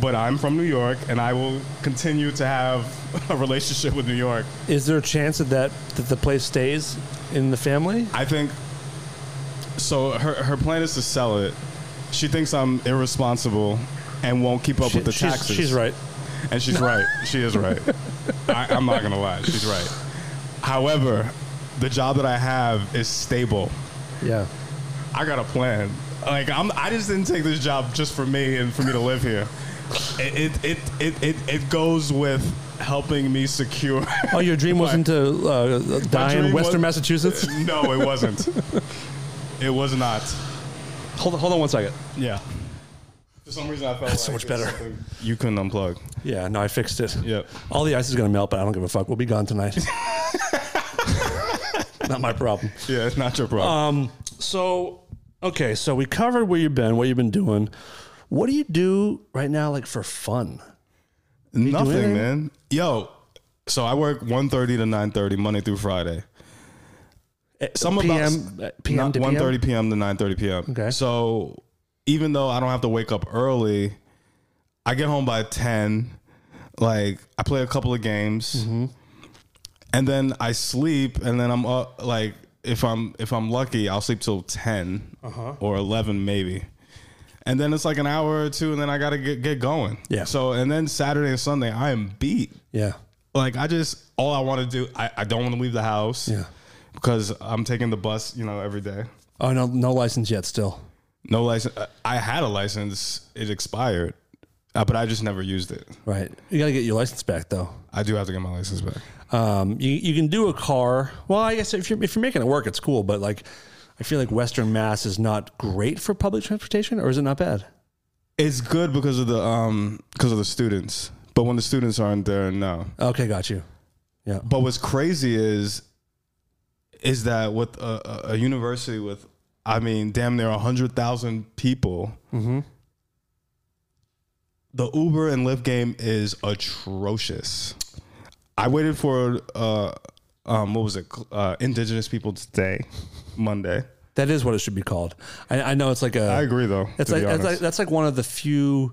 but I'm from New York and I will continue to have a relationship with New York. Is there a chance that that, that the place stays in the family? I think so her her plan is to sell it. She thinks I'm irresponsible and won't keep up She- with the she's- taxes. she's right. And she's right. She is right. I, I'm not going to lie. She's right. However, the job that I have is stable. Yeah. I got a plan. Like I'm, I just didn't take this job just for me and for me to live here. It it it it it, it goes with helping me secure. Oh, your dream wasn't to uh, die in dream Western was- Massachusetts? no, it wasn't. it was not. Hold on, hold on one second. Yeah. For some reason, I felt That's so like much it's better. something You couldn't unplug. Yeah, no, I fixed it. Yep. All the ice is going to melt, but I don't give a fuck. We'll be gone tonight. Not my problem. Yeah, it's not your problem. Um, So, okay, so we covered where you've been, what you've been doing. What do you do right now, like for fun? Nothing, man. Yo, so I work 1.30 to nine thirty Monday through Friday. Eh, Some of us- PM, uh, PM Not to PM? 1.30 p.m. to 9.30 p.m. Okay. So even though I don't have to wake up early, I get home by 10. Like, I play a couple of games. Mm-hmm. And then I sleep. And then I'm up, like, if I'm if I'm lucky, I'll sleep till 10 Uh-huh. or 11 maybe. And then it's like an hour or two, and then I got to get, get going. Yeah. So, and then Saturday and Sunday, I am beat Yeah. like I just all I want to do. I, I don't want to leave the house. Yeah. Because I'm taking the bus, you know, every day. Oh, no, no license yet, still. No license. I had a license. It expired, uh, but I just never used it. Right. You got to get your license back, though. I do have to get my license back. Um, you, you can do a car. Well, I guess if you're, if you're making it work, it's cool. But like, I feel like Western Mass is not great for public transportation, or is it not bad? It's good because of the um because of the students. But when the students aren't there, no. Okay, got you. But what's crazy is, is that with a, a- a university with, I mean, damn near hundred thousand people, the Uber and Lyft game is atrocious. I waited for uh, um, what was it? Uh, Indigenous People's Day, Monday. That is what it should be called. I, I know it's like I a. agree, though. It's to like, be it's like honest. that's like one of the few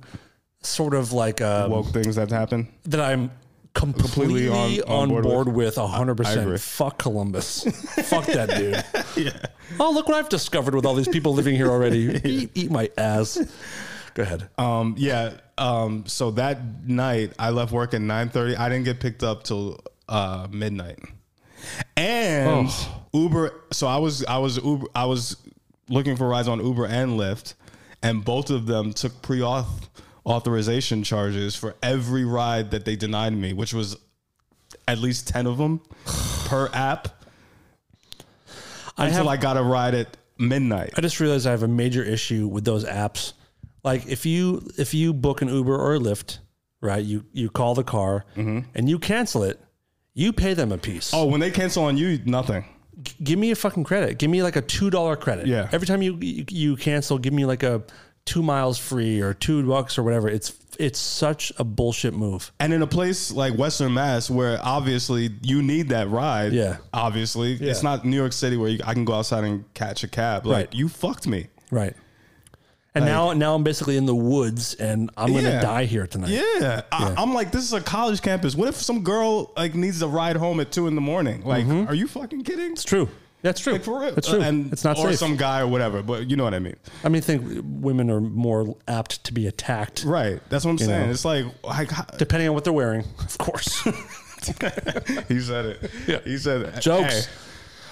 sort of like um, woke things that happen. that I'm completely, Completely on- on, on board, board with a hundred agree. percent. Fuck Columbus. Fuck that dude. Oh look what I've discovered with all these people living here already. eat, eat my ass. Go ahead. Um, yeah. Um, so that night I left work at nine thirty. I didn't get picked up till uh, midnight. And Oh. Uber. So I was I was Uber. I was looking for rides on Uber and Lyft, and both of them took pre auth authorization charges for every ride that they denied me, which was at least ten of them per app. I Until have. I got a ride at midnight. I just realized I have a major issue with those apps. Like if you if you book an Uber or a Lyft, right? You you call the car Mm-hmm. and you cancel it. You pay them a piece. Oh, when they cancel on you, nothing. give me a fucking credit. Give me like a two dollar credit. Yeah. Every time you, you you cancel, give me like a two miles free or two bucks or whatever. It's it's such a bullshit move. And in a place like Western Mass, where obviously you need that ride, Yeah. obviously it's not New York City where you, I can go outside and catch a cab. Like Right. you fucked me. Right. And now now I'm basically in the woods and I'm gonna Yeah. die here tonight. Yeah, I, I'm like, this is a college campus. What if some girl like needs a ride home at two in the morning? Like, are you fucking kidding? Mm-hmm. It's true. That's true. Like for real. That's true. Uh, And it's not or safe. some guy or whatever, but you know what I mean. I mean, think women are more apt to be attacked, Right. That's what I'm saying. know. It's like like how- depending on what they're wearing, of course. Oh, he said it. Yeah. He said it. Jokes. Hey,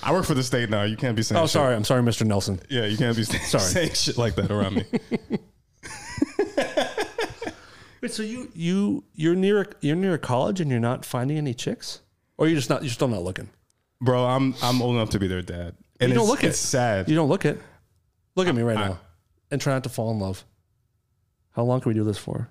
I work for the state now. You can't be saying oh, shit. sorry. I'm sorry, Mr. Nelson. Yeah, you can't be saying, Sorry. saying shit like that around me. Wait, so you you you're near you're near a college and you're not finding any chicks, or you're just not you're still not looking. Bro, I'm I'm old enough to be their dad. And You don't it's, look it. it's sad. You don't look it. Look at me right now, and try not to fall in love. How long can we do this for?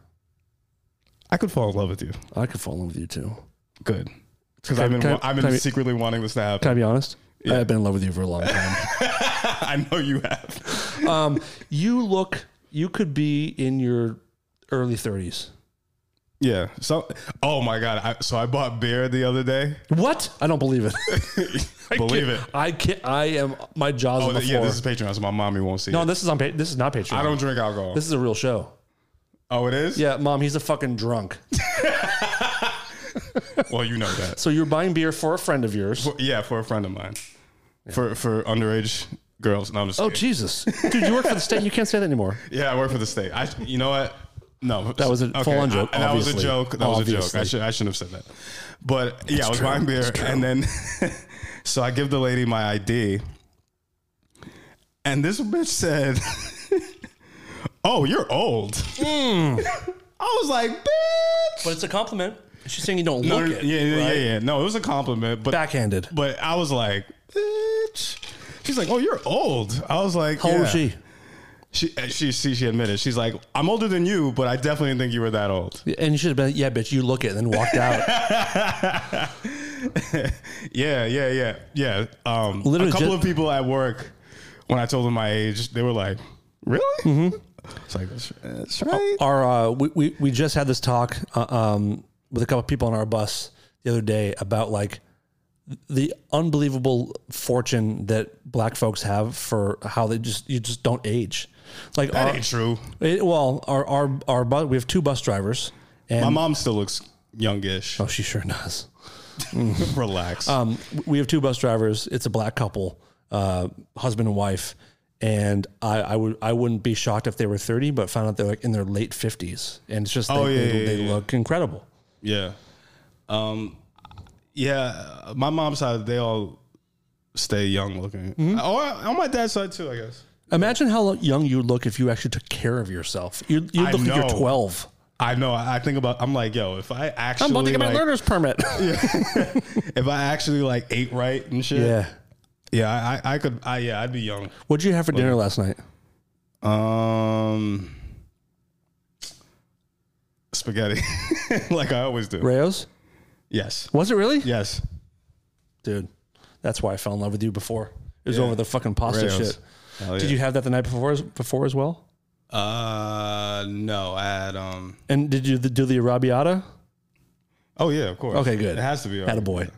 I could fall in love with you. I could fall in love with you too. Good. Because Can I- I've been can I- wa- I've can I been be- secretly wanting this to happen. Can I be honest? I've been in love with you for a long time. I know you have. um, you look. You could be in your early 30s. Yeah. So oh my god. I, so I bought beer the other day. What? I don't believe it. Believe it. I can't. I am. My jaws Oh on the yeah, floor. this is Patreon, so my mommy won't see no, it. this is on. Pa- This is not Patreon. I don't drink alcohol. This is a real show. oh, it is? Yeah, mom, he's a fucking drunk. Well, you know that. So you're buying beer for a friend of yours. For- yeah, for a friend of mine. For for underage girls. No, I'm just Oh kidding. Jesus, dude, you work for the state. You can't say that anymore. Yeah, I work for the state. I you know what? No, that was a full-on joke, that was a obviously. joke. That was a joke. I Obviously. should I shouldn't have said that. But yeah, I was buying beer, and then so I give the lady my ID, and this bitch said, "Oh, you're old." I was like, "Bitch." Hmm. But it's a compliment. She's saying you don't No, look no, it. yeah, yeah, yeah, yeah. No, it was a compliment, but Backhanded. but I was like, "Bitch." She's like, "Oh, you're old." I was like, How old "Yeah." is she? She, uh, she she she admitted she's like I'm older than you, but I definitely didn't think you were that old. And you should have been. Yeah, bitch, you look it, and then walked out. Yeah, yeah, yeah, yeah. Um, Literally a couple ju- of people at work, when I told them my age, they were like, "Really?" Mm-hmm. It's like that's, that's right. our uh, we, we we just had this talk uh, um, with a couple of people on our bus the other day about like the unbelievable fortune that black folks have for how they just you just don't age. Like that our, ain't true. It, well, our our our bus, we have two bus drivers, and My mom still looks youngish. oh, she sure does. Relax. Um, we have two bus drivers. It's a black couple, uh, husband and wife, and I, I would I wouldn't be shocked if they were thirty, but found out they're like in their late fifties, and it's just Oh, they, yeah, they, yeah, they yeah, yeah. look incredible. yeah, um, yeah. My mom's side, they all stay young looking. Mm-hmm. Or on my dad's side too, I guess. Imagine how young you would look if you actually took care of yourself. You you I look like you're know. twelve. I know. I I think about. I'm like, yo, if I actually like- permit. if I actually like ate right and shit. yeah. Yeah, I, I, I could. I yeah, I'd be young. What'd you have for dinner last night? Um, spaghetti, like I always do. Rayos? Yes, Was it really? yes. Dude, that's why I fell in love with you before. It was Yeah. over the fucking pasta Rayos. shit. Hell Did yeah. you have that the night before as, before as well? Uh, no. I had um. And did you do the arrabbiata? Oh yeah, of course. Okay, good. It has to be. Had a boy.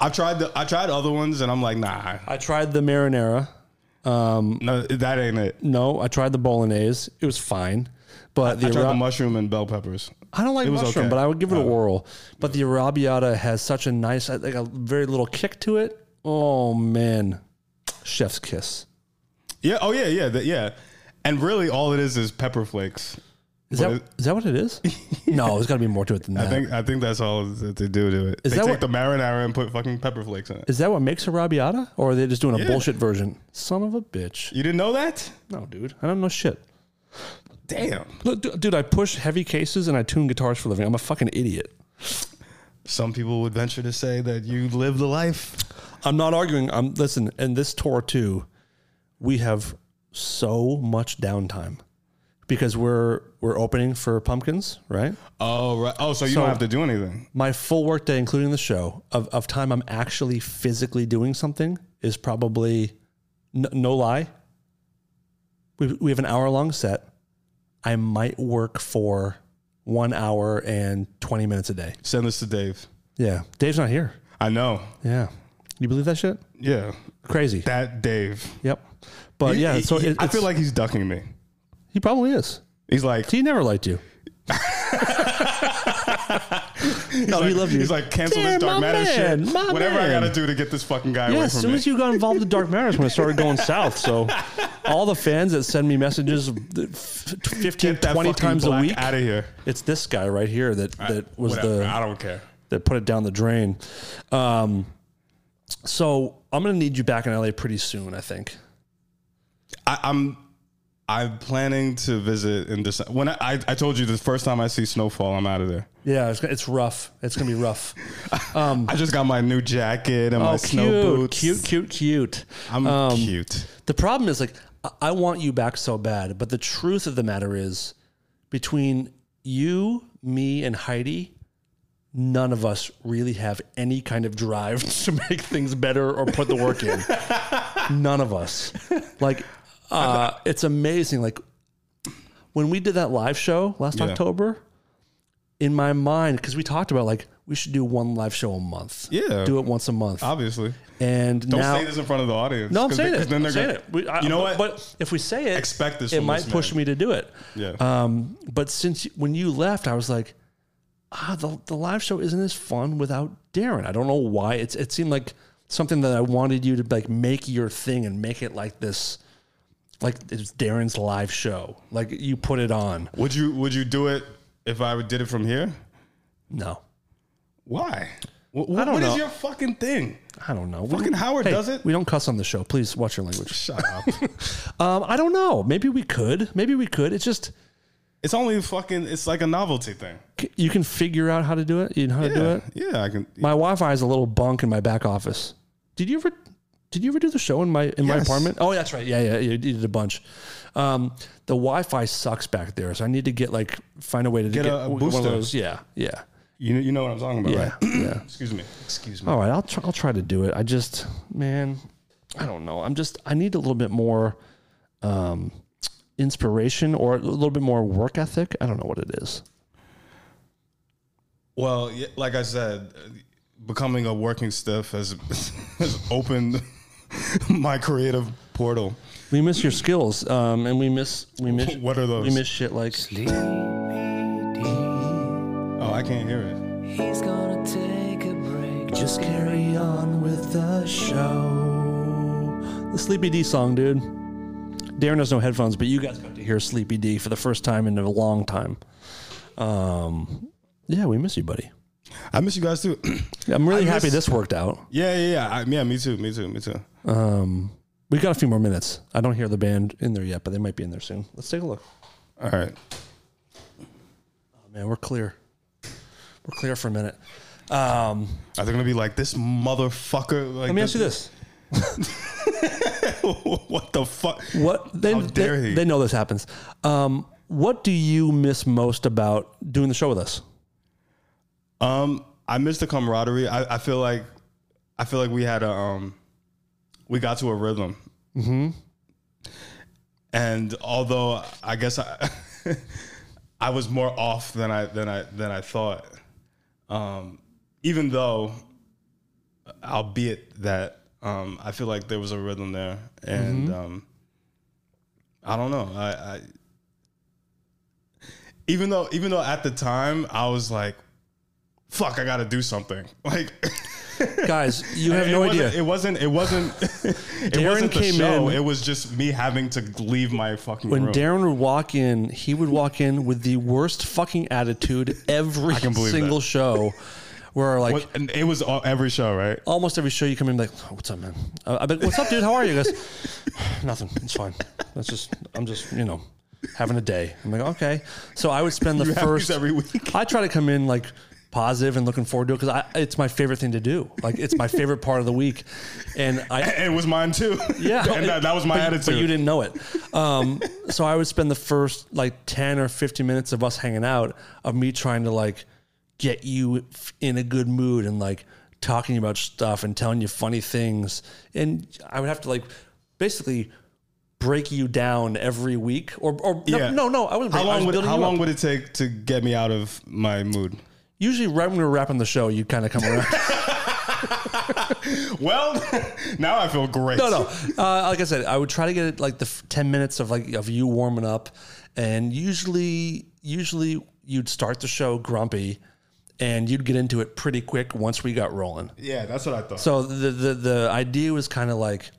I've tried the. I tried other ones, and I'm like, nah, I tried the marinara. no, that ain't it. No, I tried the bolognese. It was fine, but the, I tried arra- the mushroom and bell peppers. I don't like was mushroom, okay. but I would give it a whirl. But the arrabbiata has such a nice, I like a very little kick to it. Oh man, chef's kiss. Yeah. Oh yeah, yeah, that, yeah. And really, all it is is pepper flakes. Is that is that what it is? No, there's got to be more to it than that. I think I think that's all that they do to it. Is they that take what- the marinara and put fucking pepper flakes in it. Is that what makes a arrabbiata, or are they just doing a Yeah. bullshit version? Son of a bitch. You didn't know that? No, dude, I don't know shit. Damn. Look, du- dude, I push heavy cases and I tune guitars for a living. I'm a fucking idiot. Some people would venture to say that you live the life. I'm not arguing. I'm listen. And this tour too, we have so much downtime because we're we're opening for Pumpkins, right? Oh right. Oh, so you So- don't have to do anything. My full work day, including the show, of, of time I'm actually physically doing something is probably no, no lie. We we have an hour long set. I might work for one hour and twenty minutes a day. Send this to Dave. Yeah, Dave's not here. I know. Yeah, you believe that shit? Yeah. Crazy. That Dave. Yep. But Oh, yeah, He- so he- it, I it's- feel like he's ducking me. he probably is. He's like, He never liked you. no, he like- loved you. He's like, cancel Dear, this dark my matter man, shit. my Whatever I man." gotta do to get this fucking guy Yeah, away as from soon me. as you got involved with the Dark Matters, when it started going south. So, all the fans that send me messages the f- 15, Get that 20 fucking times a black week, Out of here. it's this guy right here that, that was Whatever. the I don't care. that put it down the drain. Um, so I'm gonna need you back in LA pretty soon. I think. I, I'm I'm planning to visit in December. When I, I I told you the first time I see snowfall, I'm out of there. Yeah, it's, it's rough. It's gonna be rough. I just got my new jacket and my oh, snow cute, boots. cute, Um, cute, cute. I'm cute. The problem is like I- I want you back so bad, but the truth of the matter is, between you, me, and Heidi, none of us really have any kind of drive to make things better or put the work in. none of us. Like, uh, it's amazing. Like when we did that live show last Yeah. October. In my mind, because we talked about like we should do one live show a month. Yeah. do it once a month. Obviously, and don't now, say this in front of the audience. no, I'm 'cause saying they- 'cause it. I'm saying gonna- it. We- I- you know what? But if we say it, Expect this It from might this push man. me to do it. yeah, Um, but since you- when you left, I was like, ah, the, the live show isn't as fun without Darren. I don't know why. It's it seemed like something that I wanted you to like make your thing and make it like this, like it's Darren's live show. Like you put it on. would you would you do it if I did it from here? No, Why? What, I don't what know. is your fucking thing? I don't know. Fucking Howard does it. We don't cuss on the show. Please watch your language. Shut up. Um, I don't know. Maybe we could. Maybe we could. It's just. it's only fucking. It's like a novelty thing. c- You can figure out how to do it. You know how to do Yeah, it. yeah. I can. my Wi-Fi is a little bunk in my back office. Did you ever? Did you ever do the show in my in my Yes. apartment? Oh, that's right. Yeah, yeah, you did a bunch. Um, the Wi-Fi sucks back there, so I need to get like find a way to get, a- a one booster. of those. Yeah, yeah, You you know what I'm talking about, yeah, right? yeah. Excuse me. Excuse me. All right, I'll try, I'll try to do it. I just, man, I don't know. I'm just I need a little bit more um, inspiration or a little bit more work ethic. I don't know what it is. Well, y- like I said, uh, becoming a working stiff has, has opened my creative portal. We miss your skills, um, and we miss we miss What are those? we miss shit like. oh, I can't hear it. He's gonna take a break. Just carry on with the show. The Sleepy D song, dude. Darren has no headphones, but you guys got to hear Sleepy D for the first time in a long time. Um, yeah, we miss you, buddy. I miss you guys too. I'm really I happy miss- this worked out. yeah, yeah, yeah. I, yeah, me too. Me too. Me too. Um, we got a few more minutes. I don't hear the band in there yet, but they might be in there soon. Let's take a look. All right. Oh, man, we're clear. We're clear for a minute. Um, Are they gonna be like this motherfucker? Like, let me ask you this: what the fuck? What they, How dare they, he? they know this happens. Um, what do you miss most about doing the show with us? Um, I miss the camaraderie. I, I feel like, I feel like we had a, um, we got to a rhythm. Mm-hmm. And although I guess I, I was more off than I than I than I thought. Um, even though, albeit that, um, I feel like there was a rhythm there, and um, I don't know. I, I even though even though at the time I was like, fuck, I gotta do something. Like guys, you have it no wasn't- idea. It wasn't it wasn't it Darren wasn't the came show. in- It was just me having to leave my fucking when room. Darren would walk in, he would walk in with the worst fucking attitude every can believe single that. show. Where like What- and it was all, every show, right? almost every show you come in like, "Oh, what's up, man? Uh, I bet, what's up, dude? How are you? He goes, nothing. It's fine. That's just I'm just you know having a day. I'm like, okay. So I would spend the You have these first every week. I try to come in like positive and looking forward to it because it's my favorite thing to do. Like it's my favorite part of the week, and I And it was mine too. Yeah, and that, that was my but, attitude. But you didn't know it. Um, so I would spend the first like ten or fifteen minutes of us hanging out of me trying to like get you f- in a good mood and like talking about stuff and telling you funny things, and I would have to like basically break you down every week or or no Yeah. no, no I wasn't. How break- I was long would building how you long up. would it take to get me out of my mood? usually right when we were wrapping the show you kind of come around. Well, now I feel great. No, no. Uh, like I said, I would try to get it like the f- ten minutes of like of you warming up, and usually, usually you'd start the show grumpy, and you'd get into it pretty quick once we got rolling. Yeah, that's what I thought. So the the the idea was kind of like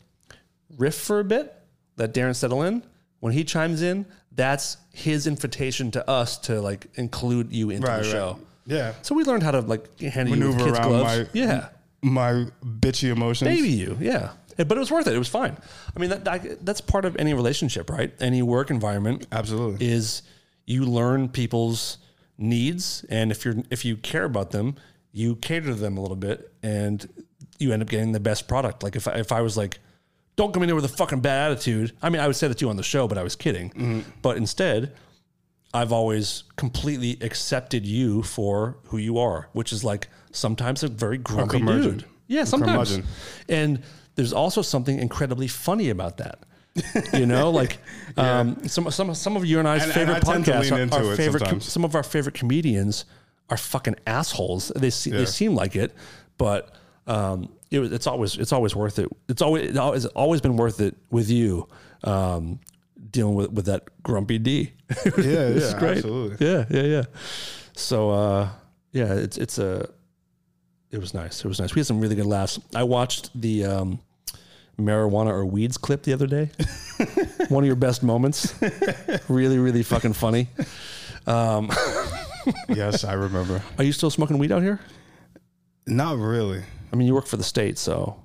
riff for a bit, let Darren settle in. When he chimes in, that's his invitation to us to like include you into Right, the right. show. Yeah. So we learned how to like handle you with Maneuver kids around gloves. my- yeah, My bitchy emotions. baby you. Yeah, Eh, but it was worth it. It was fine. I mean, that, that that's part of any relationship, right? Any work environment Absolutely. is you learn people's needs, and if you're if you care about them, you cater to them a little bit, and you end up getting the best product. Like if I, if I was like, "Don't come in here with a fucking bad attitude," I mean, I would say that to you on the show, but I was kidding. But instead, I've always completely accepted you for who you are, which is like sometimes a very grumpy curmudgeon. dude. Yeah, sometimes. curmudgeon. And there's also something incredibly funny about that. You know, like um, some some some of you and I's And- and favorite I tend to podcasts, lean our, into our it favorite com- sometimes. some of our favorite comedians are fucking assholes. They se- they seem like it, but um, it was, it's always it's always worth it. It's always it's always, always been worth it with you um, dealing with with that grumpy D. yeah, It's yeah, great. absolutely. Yeah, yeah, yeah. So uh yeah, it's it's a it was nice. It was nice. We had some really good laughs. I watched the um marijuana or weeds clip the other day. One of your best moments. really, really fucking funny. yes, I remember. Are you still smoking weed out here? Not really. I mean, you work for the state, so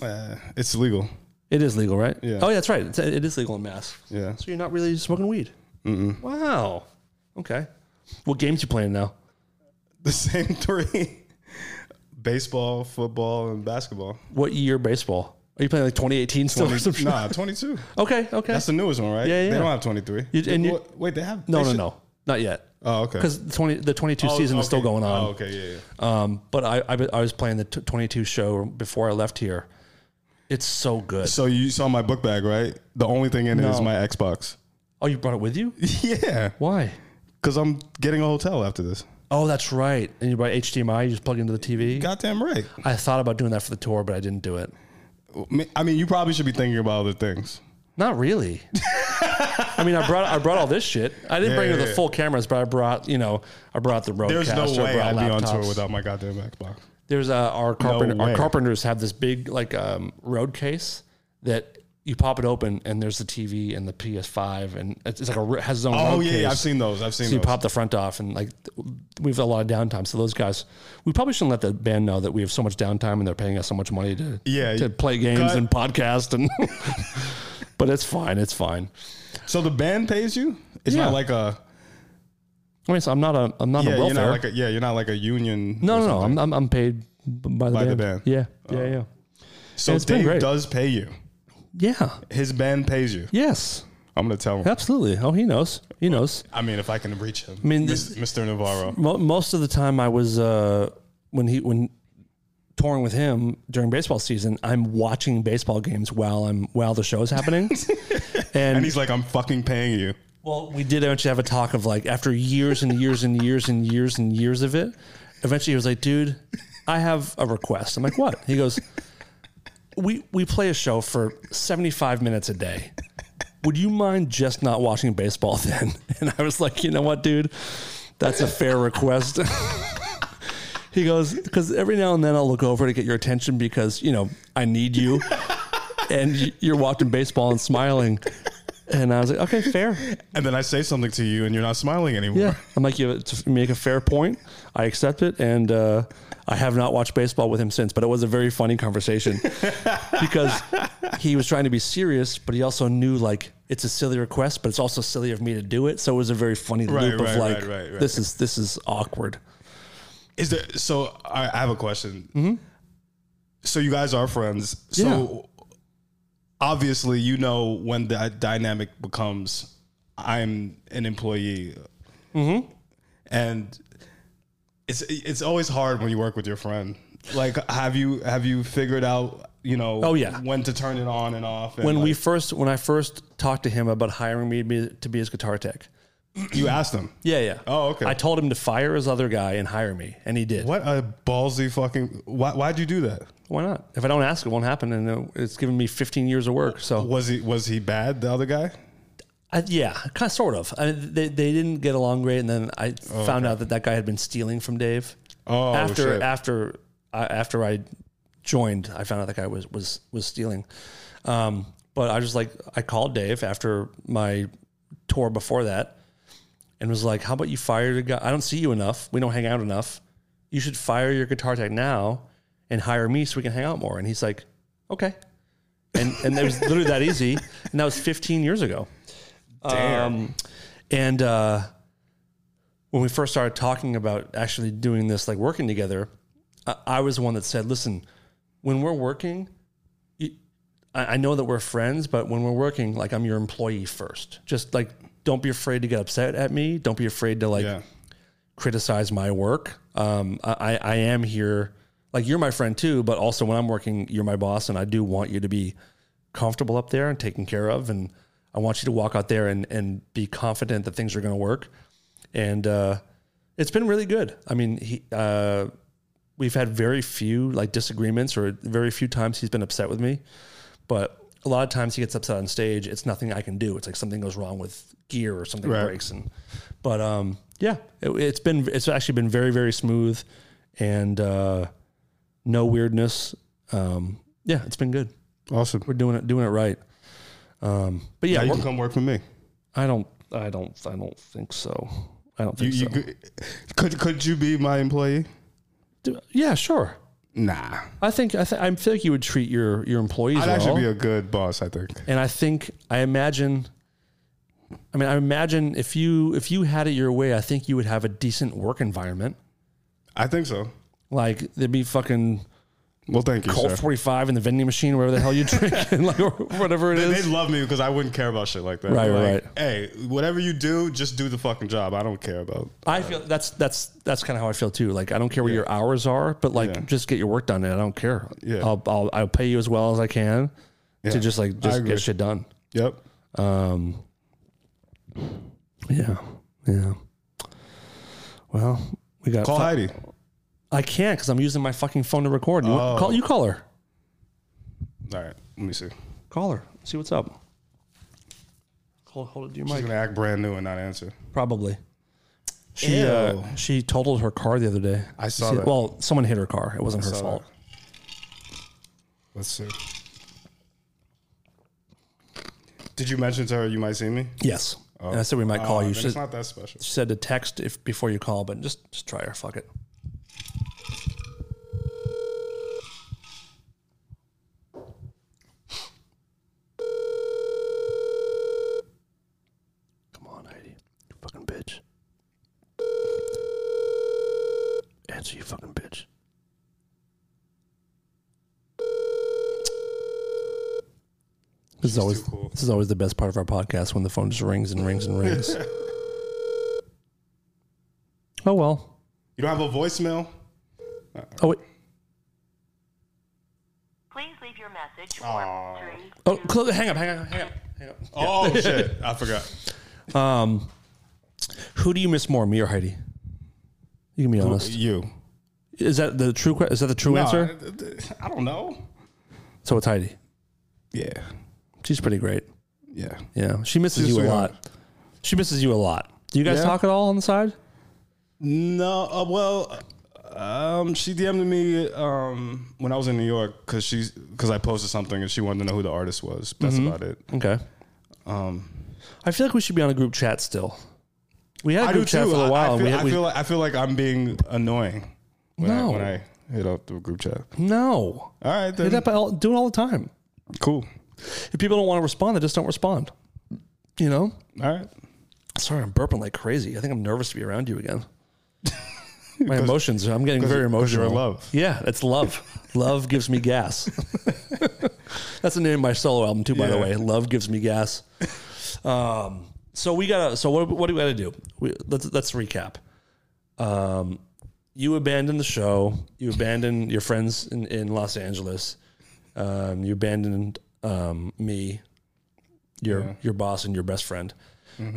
Uh, it's legal. it is legal, right? Yeah. Oh, yeah, that's right. It's, it is legal in Mass. Yeah. So you're not really smoking weed. Mm-mm. Wow. Okay. What games you playing now? The same three baseball, football, and basketball. What year baseball? Are you playing like 2018 still or some shit? nah, 22. Okay. Okay. That's the newest one, right? Yeah, yeah. They don't have 23. You- and you- Wait, wait, they have. No, they no, should- no, not yet. Oh, okay. Because the twenty, the twenty-two Oh, season is still okay. going on. Oh, okay, yeah, yeah. Um, but I, I, I was playing the t- twenty-two show before I left here. It's so good. So you saw my book bag, right? The only thing in it is No. my Xbox. Oh, you brought it with you? yeah, Why? because I'm getting a hotel after this. Oh, that's right. And you buy HDMI, you just plug it into the TV. Goddamn right. I thought about doing that for the tour, but I didn't do it. I mean, you probably should be thinking about other things. Not really. I mean, I brought I brought all this shit. I didn't Yeah, bring yeah, the yeah. full cameras, but I brought you know I brought the roadcaster. There's no I way brought I'd be on laptops. tour without my goddamn Xbox. There's uh, our carpenter. our way. carpenters have this big like um, road case that you pop it open and there's the TV and the PS5 and it's, it's like a ro- has its own. Oh road yeah, yeah, case. I've seen those. I've seen So you those. pop the front off and like th- we've a lot of downtime. So those guys, we probably shouldn't let the band know that we have so much downtime and they're paying us so much money to Yeah, to you- play games cut. and podcast and. but it's fine. It's fine. so the band pays you. It's Yeah. not like a I mean, so I'm not a I'm not yeah. a You're welfare. not like a yeah. You're not like a union. no, or no, no. I'm, something. I'm I'm paid b- by the, By band. the band. Oh. Yeah, yeah, yeah, so it's been Dave great. does pay you. yeah. His band pays you. Yes. I'm gonna tell him. Absolutely. Oh, he knows. He knows. I mean, if I can reach him, I mean, mean, this- Mr. Navarro. Mo- most of the time, I was uh, when he when touring with him during baseball season. I'm watching baseball games while I'm while the show is happening. and, And he's like, I'm fucking paying you. well, we did eventually have a talk of like after years and years and years and years and years of it. Eventually, he was like, "Dude, I have a request." I'm like, "What?" He goes, "We we play a show for 75 minutes a day." would you mind just not watching baseball then? And I was like, you know what, dude? That's a fair request. he goes, because every now and then I'll look over to get your attention because, you know, I need you. and y- you're watching baseball and smiling. And I was like, okay, fair. And then I say something to you, and you're not smiling anymore. Yeah. I'm like, you to make a fair point. I accept it. And uh, I have not watched baseball with him since, but it was a very funny conversation because he was trying to be serious, but he also knew like it's a silly request, but it's also silly of me to do it. So it was a very funny Right, loop of right, like, right, right, right. this is this is awkward. Is there? So I, I have a question. Mm-hmm. So you guys are friends. So obviously, you know when the dynamic becomes, I'm an employee, Mm-hmm. and it's it's always hard when you work with your friend. Like, have you have you figured out? You know, Oh, yeah. when to turn it on and off. And When we like, first when I first talked to him about hiring me to be, to be his guitar tech. you asked them, Yeah, yeah. Oh, okay. I told him to fire his other guy and hire me, and he did. what a ballsy fucking. Why why'd you do that? Why not? If I don't ask, it won't happen, and uh, it's given me 15 years of work. So Was he was he bad? The other guy? I, yeah, kind of, sort of. I, they they didn't get along great, and then I found out that that guy had been stealing from Dave. Oh, after shit. after I after I joined, I found out that guy was was was stealing. Um, but I was like, I called Dave after my tour before that, and was like, "How about you fire a guy? I don't see you enough. We don't hang out enough. You should fire your guitar tech now and hire me so we can hang out more." And he's like, "Okay." And and it was literally that easy. And that was 15 years ago. Damn. And uh, when we first started talking about actually doing this, like working together, I, I was the one that said, "Listen, when we're working, you, I, I know that we're friends, but when we're working, like I'm your employee first. Just like don't be afraid to get upset at me. Don't be afraid to like yeah. criticize my work. Um, I, I I am here, like you're my friend too, but also when I'm working, you're my boss, and I do want you to be comfortable up there and taken care of, and I want you to walk out there and and be confident that things are going to work. And uh, it's been really good. I mean, he. Uh, We've had very few like disagreements, or very few times he's been upset with me. But a lot of times he gets upset on stage. It's nothing I can do. It's like something goes wrong with gear or something Right. breaks. And but um, yeah, it, it's been it's actually been very very smooth and uh, no weirdness. Um, yeah, it's been good. Awesome. We're doing it doing it right. Um, but Yeah, yeah, you we're- can come work for me. I don't I don't I don't think so. I don't You, think you so. could, could could you be my employee? Do- yeah, sure. Nah, I think I, th- I feel like you would treat your your employees. I'd well. actually be a good boss. I think. and I think I imagine. I mean, I imagine if you if you had it your way, I think you would have a decent work environment. I think so. Like there'd be fucking Well, thank you, Colt sir. forty five in the vending machine, wherever the hell you drink, and like or whatever it They is. love me because I wouldn't care about shit like that. Right, Like, right. Hey, whatever you do, just do the fucking job. I don't care about. I feel that's that's that's kind of how I feel too. Like I don't care what your hours are, but like Yeah. just get your work done, and I don't care. Yeah. I'll I'll, I'll pay you as well as I can Yeah, to just like I just agree. get shit done. Yep. Um, yeah, yeah. Well, we got Call fi- Heidi. I can't because I'm using my fucking phone to record. You Oh. want- call you call her. All right. Let me see. Call her. See what's up. Hold hold it to your She's mic. gonna act brand new and not answer. Probably. She uh, Ew. she totaled her car the other day. I saw See, that. Well, someone hit her car. It wasn't her saw fault. Let's see. Did you mention to her you might see me? Yes. And I said we might call Uh, you. then She It's not that special. she said to text if before you call, but just just try her. Fuck it. Come on, Heidi. You fucking bitch. Answer, you fucking bitch. This is always cool. this is always the best part of our podcast when the phone just rings and rings and rings. oh well. You don't have a voicemail? Oh wait. Please leave your message Uh, for three. Oh, cl- hang up, hang up, hang up, hang up. Oh shit! I forgot. Um, who do you miss more, me or Heidi? You can be honest. You. Is that the true? que- Is that the true answer? I don't know. So it's Heidi. Yeah. She's pretty great. Yeah. Yeah, she misses She's you a sweetheart. lot. She misses you a lot. Do you guys Yeah. talk at all on the side? No, uh, well, um, she DM'd me um, when I was in New York because she's because I posted something and she wanted to know who the artist was. That's about it. Okay. Um, I feel like we should be on a group chat still. We had a I do group chat too. for a while. I, I, and we, feel, I we- feel like I feel like I'm being annoying when, No. I, when I hit up the group chat. no, All right, Hit then. up all- do it all the time. Cool. If people don't want to respond, they just don't respond. You know. All right. Sorry, I'm burping like crazy. I think I'm nervous to be around you again. My emotions, I'm getting very emotional. you're in love. Yeah, it's love. love gives me gas. That's the name of my solo album too, by the Yeah. way. Love gives me gas. Um, so we gotta. So what? What do we gotta do? We, let's let's recap. Um, you abandoned the show. You abandoned your friends in, in Los Angeles. Um, you abandoned um, me, your Mm-hmm. your boss, and your best friend.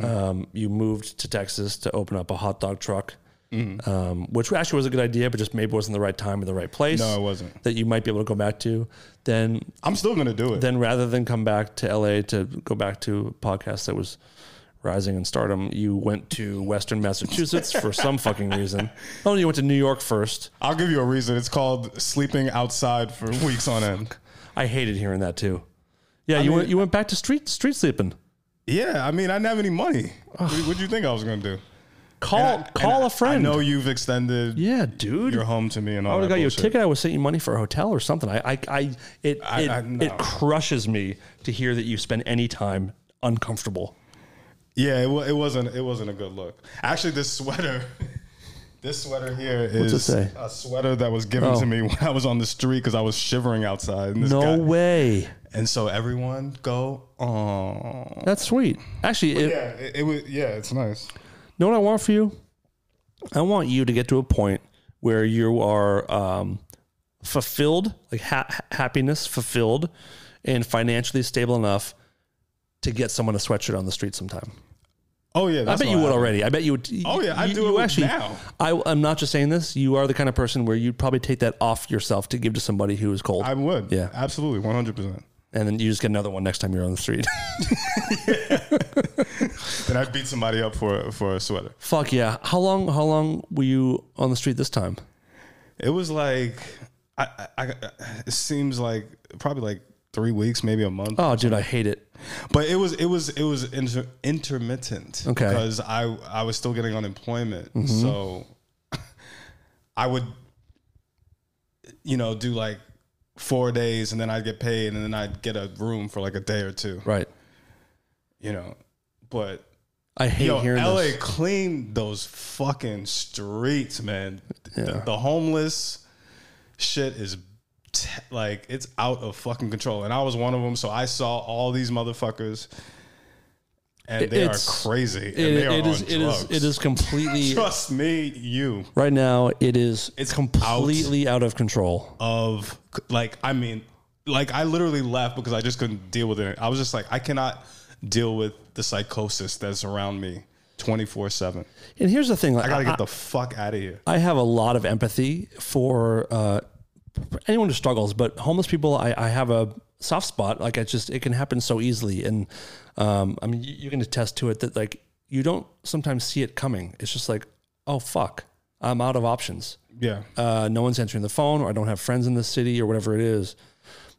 Um, you moved to Texas to open up a hot dog truck. Mm-hmm. um, which actually was a good idea, but just maybe wasn't the right time or the right place. No, it wasn't. That you might be able to go back to. Then, I'm still gonna do it. then rather than come back to LA to go back to a podcast that was rising in stardom, you went to Western Massachusetts for some fucking reason. Oh, you went to New York first. I'll give you a reason. It's called sleeping outside for weeks on end. I hated hearing that too. Yeah, you went you went back to street street sleeping. Yeah, I mean, I didn't have any money. What do you think I was gonna do? Call And I- call and a friend. I know you've extended Yeah, dude. your home to me and all. I would have that got you a bullshit. ticket. I would sent you money for a hotel or something. I, I, I it, I- it, I- no. it crushes me to hear that you spend any time uncomfortable. Yeah, it, wa- it wasn't. It wasn't a good look. Actually, this sweater, this sweater here is it say? a sweater that was given Oh. to me when I was on the street because I was shivering outside. And this No guy- way. And so everyone go, oh. That's sweet. Actually, it, Yeah, it, it was. Yeah, it's nice. know what I want for you? I want you to get to a point where you are um, fulfilled, like ha- happiness fulfilled, and financially stable enough to get someone a sweatshirt on the street sometime. Oh yeah, I bet you would already. I bet you would. Oh, yeah, I'd you- do you it with now. I, I'm not just saying this. You are the kind of person where you'd probably take that off yourself to give to somebody who is cold, I would. Yeah. absolutely, one hundred percent. and then you just get another one next time you're on the street. And I'd beat somebody up for for a sweater. Fuck yeah! How long? How long were you on the street this time? It was like, I, I, I- it seems like probably like three weeks, maybe a month. Oh, dude, I hate it. But it was it was it was inter- intermittent. Okay. Mm-hmm. Because I I was still getting unemployment, so I would, you know, do like four days, and then I'd get paid, and then I'd get a room for like a day or two. Right. You know, but. I hate Yo, hearing LA this. cleaned those fucking streets, man. The, the homeless shit is t- like it's out of fucking control, and I was one of them. So I saw all these motherfuckers, and It- they are it's- crazy. It- and they are it is. on It is. drugs. It is completely. Trust me, you right now, it is. It's completely out. of control. of like I mean, like I literally left because I just couldn't deal with it. I was just like, I cannot deal with the psychosis that's around me twenty four seven. And here's the thing: like, I gotta get the fuck out of here. I have a lot of empathy for uh, anyone who struggles, but homeless people, I, I have a soft spot. Like, it's just, it can happen so easily. And um, I mean, you, you can attest to it that, like, you don't sometimes see it coming. It's just like, oh, fuck, I'm out of options. Yeah. Uh, no one's answering the phone, or I don't have friends in the city, or whatever it is.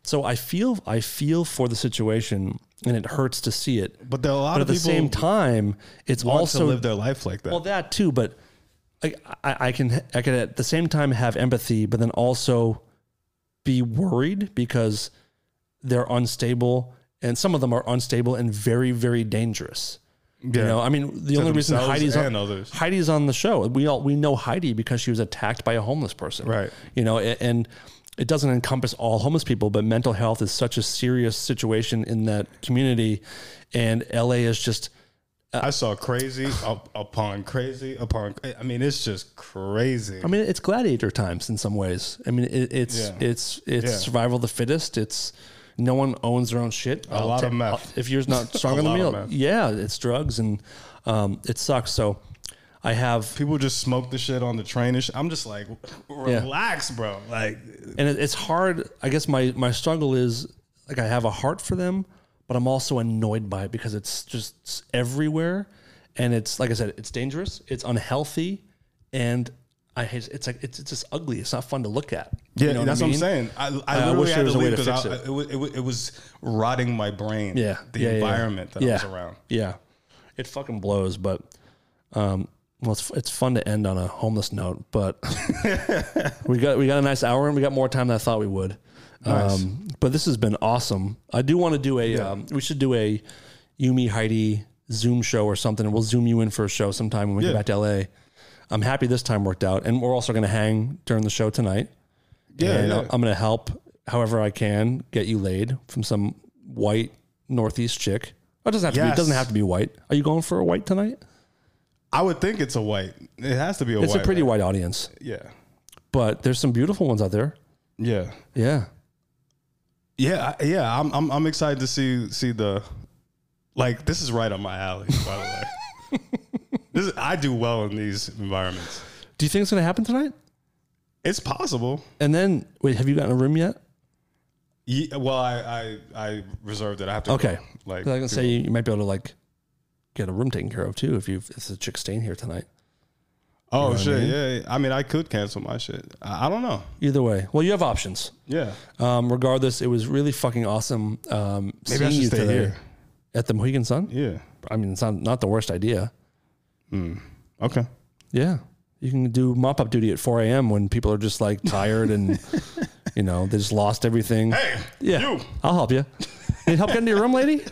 So I feel, I feel for the situation, and it hurts to see it. But there are a lot But of at the people same time, it's want to also live their life like that. well, that too, but I, I, I can I can at the same time have empathy, but then also be worried because they're unstable, and some of them are unstable and very very dangerous. You know, I mean, the only reason themselves Heidi's on, and others. Heidi's on the show, we all we know Heidi because she was attacked by a homeless person, Right. You know, a- and it doesn't encompass all homeless people, but mental health is such a serious situation in that community, and LA is just I saw crazy up, upon crazy upon. I mean, it's just crazy. I mean, it's gladiator times in some ways. I mean, it, it's Yeah. it's it's Yeah. survival of the fittest. It's no one owns their own shit. A lot of meth. If yours not stronger A than me, lot of I'll- meth. yeah, it's drugs and um, it sucks. So I have, People just smoke the shit on the train and shit. I'm just like, relax, bro. Like, and it, it's hard. I guess my my struggle is like I have a heart for them, but I'm also annoyed by it because it's just everywhere, and it's like I said, it's dangerous, it's unhealthy, and I hate. It's like it's it's just ugly. It's not fun to look at. yeah, You know what I that's mean? what I'm saying. I, I, I literally wish there had was to a way leave to because fix I- it. it. wa- it, wa- it was rotting my brain. yeah the yeah, yeah, yeah. environment that I was around. yeah it fucking blows but um well it's, it's fun to end on a homeless note but we got we got a nice hour and we got more time than i thought we would um but this has been awesome i do want to do a um, we should do a yumi heidi zoom show or something and we'll zoom you in for a show sometime when we get Yeah. back to la i'm happy this time worked out and we're also going to hang during the show tonight Yeah, and yeah. I'm going to help however I can get you laid from some white Northeast chick. It doesn't have to be. It Yes. doesn't have to be white. Are you going for a white tonight? I would think it's a white. It has to be a It's white. a pretty right? white audience, Yeah, but there's some beautiful ones out there. yeah, Yeah, yeah, I- yeah. I'm, I'm, I'm excited to see, see the, like, this is right up my alley. By the way, this is, I do well in these environments. Do you think it's going to happen tonight? It's possible. And then, wait, have you gotten a room yet? Ye- well, I, I I reserved it. I have to. Okay. go. Like, 'Cause I can say you, you might be able to like get a room taken care of too if you if the chick's staying here tonight. oh shit, yeah. I mean, I could cancel my shit. I, I don't know. Either way, well, you have options. Yeah. Um, regardless, it was really fucking awesome. Um, Maybe I seeing should you stay today here. at the Mohegan Sun. Yeah. I mean, it's not not the worst idea. Okay. Yeah, you can do mop up duty at 4 a.m. when people are just like tired and you know they just lost everything. Hey. yeah, you. I'll help you. Need help get into your room, lady?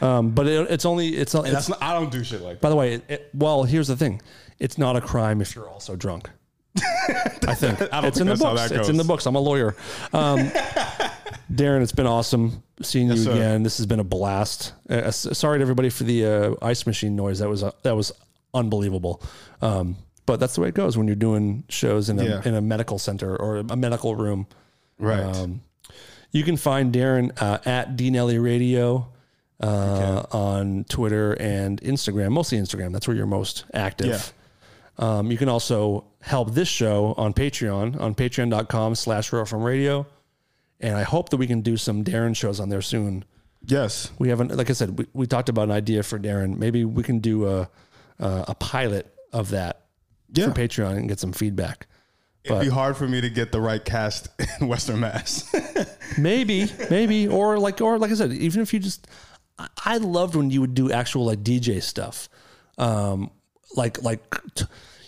Um, but it, it's only it's, it's That's not, I don't do shit like that. By the way, it, it, well, here's the thing: it's not a crime if you're also drunk. I think it's think in the that's how books. that It's in the goes. books. I'm a lawyer. Um, Darren, it's been awesome seeing you sir. again. This has been a blast. Uh, s- sorry to everybody for the uh, ice machine noise. That was uh, that was unbelievable. Um, but that's the way it goes when you're doing shows in a, Yeah. in a medical center or a medical room. Right. You can find Darren uh, at D Nelly Radio uh, on Twitter and Instagram, mostly Instagram. That's where you're most active. Um, you can also help this show on Patreon, on patreon.com slash Royal From Radio. And I hope that we can do some Darren shows on there soon. yes. We haven't, like I said, we, we talked about an idea for Darren. Maybe we can do a, a, a pilot of that Yeah. for Patreon and get some feedback. It'd be hard for me to get the right cast in Western Mass. maybe maybe or like or like i said even if you just I- i loved when you would do actual like dj stuff um like like t-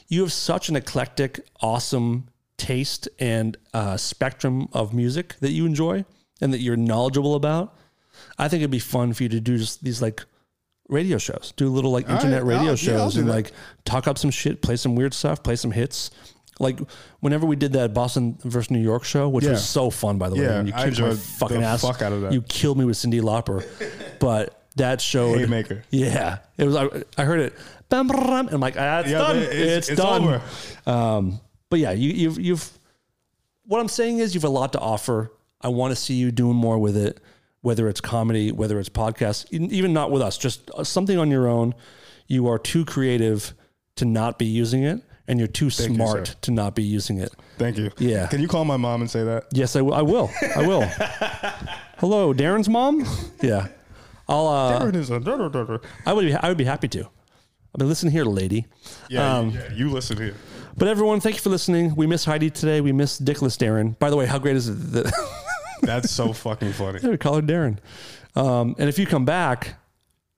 you have such an eclectic awesome taste and uh spectrum of music that you enjoy and that you're knowledgeable about i think it'd be fun for you to do just these like radio shows do little like right, internet radio I'll- yeah, I'll shows do and that. like talk up some shit play some weird stuff play some hits like whenever we did that boston versus new york show which Yeah. was so fun by the way Yeah, and you I kicked my enjoyed fucking the ass. fuck out of that. You killed me with Cindy Lauper, but that showed. Haymaker. Yeah, it was. I, I heard it. Bam, bam, bam, and I'm like, ah, it's Yeah, done. it- it's- It's, it's done. over. Um, but yeah, you, you've you've. What I'm saying is, you've a lot to offer. I want to see you doing more with it, whether it's comedy, whether it's podcasts, even even not with us, just uh, something on your own. You are too creative to not be using it, and you're too you, smart sir. to not be using it. Thank you. Yeah. Can you call my mom and say that? Yes, I will. I will. I will. Hello, Darren's mom. Yeah, I'll. Uh, Darren is a da- da- da- da. I would. Be, I would be happy to. I mean, listen here, lady. Yeah, Um, yeah. You listen here. But everyone, thank you for listening. We miss Heidi today. We miss Dickless Darren. By the way, how great is it that That's so fucking funny. we call her Darren? Um, and if you come back,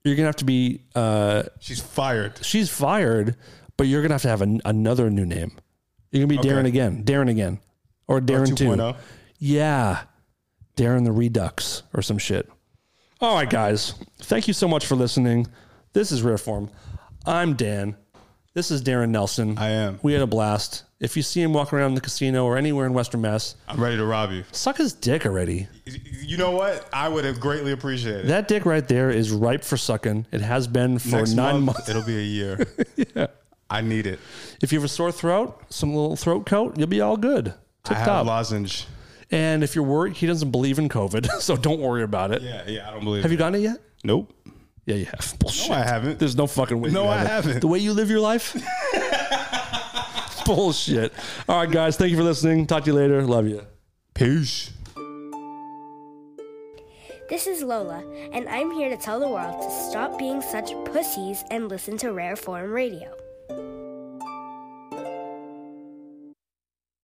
you're gonna have to be. Uh, She's fired. she's fired, but you're gonna have to have an, another new name. You're gonna be Darren Okay. Oh, again. Darren again, or Darren two. 2.0. Yeah. Darren the Redux or some shit. All right, guys. Thank you so much for listening. This is Rare Form. I'm Dan. This is Darren Nelson. I am. We had a blast. If you see him walking around the casino or anywhere in Western Mass, I'm ready to rob you. suck his dick already. You know what? I would have greatly appreciated it. That dick right there is ripe for sucking. It has been for Next nine month, months. It'll be a year. I need it. If you have a sore throat, some little throat coat, you'll be all good. Tip I have top. a lozenge. And if you're worried, he doesn't believe in COVID, so don't worry about it. Yeah, yeah. I don't believe Have it. you gotten it yet? Nope. Yeah, you have. Bullshit. No, I haven't. There's no fucking way. No, you I haven't. haven't. The way you live your life? Bullshit. All right, guys. Thank you for listening. Talk to you later. Love you. Peace. This is Lola, and I'm here to tell the world to stop being such pussies and listen to Rare Form Radio.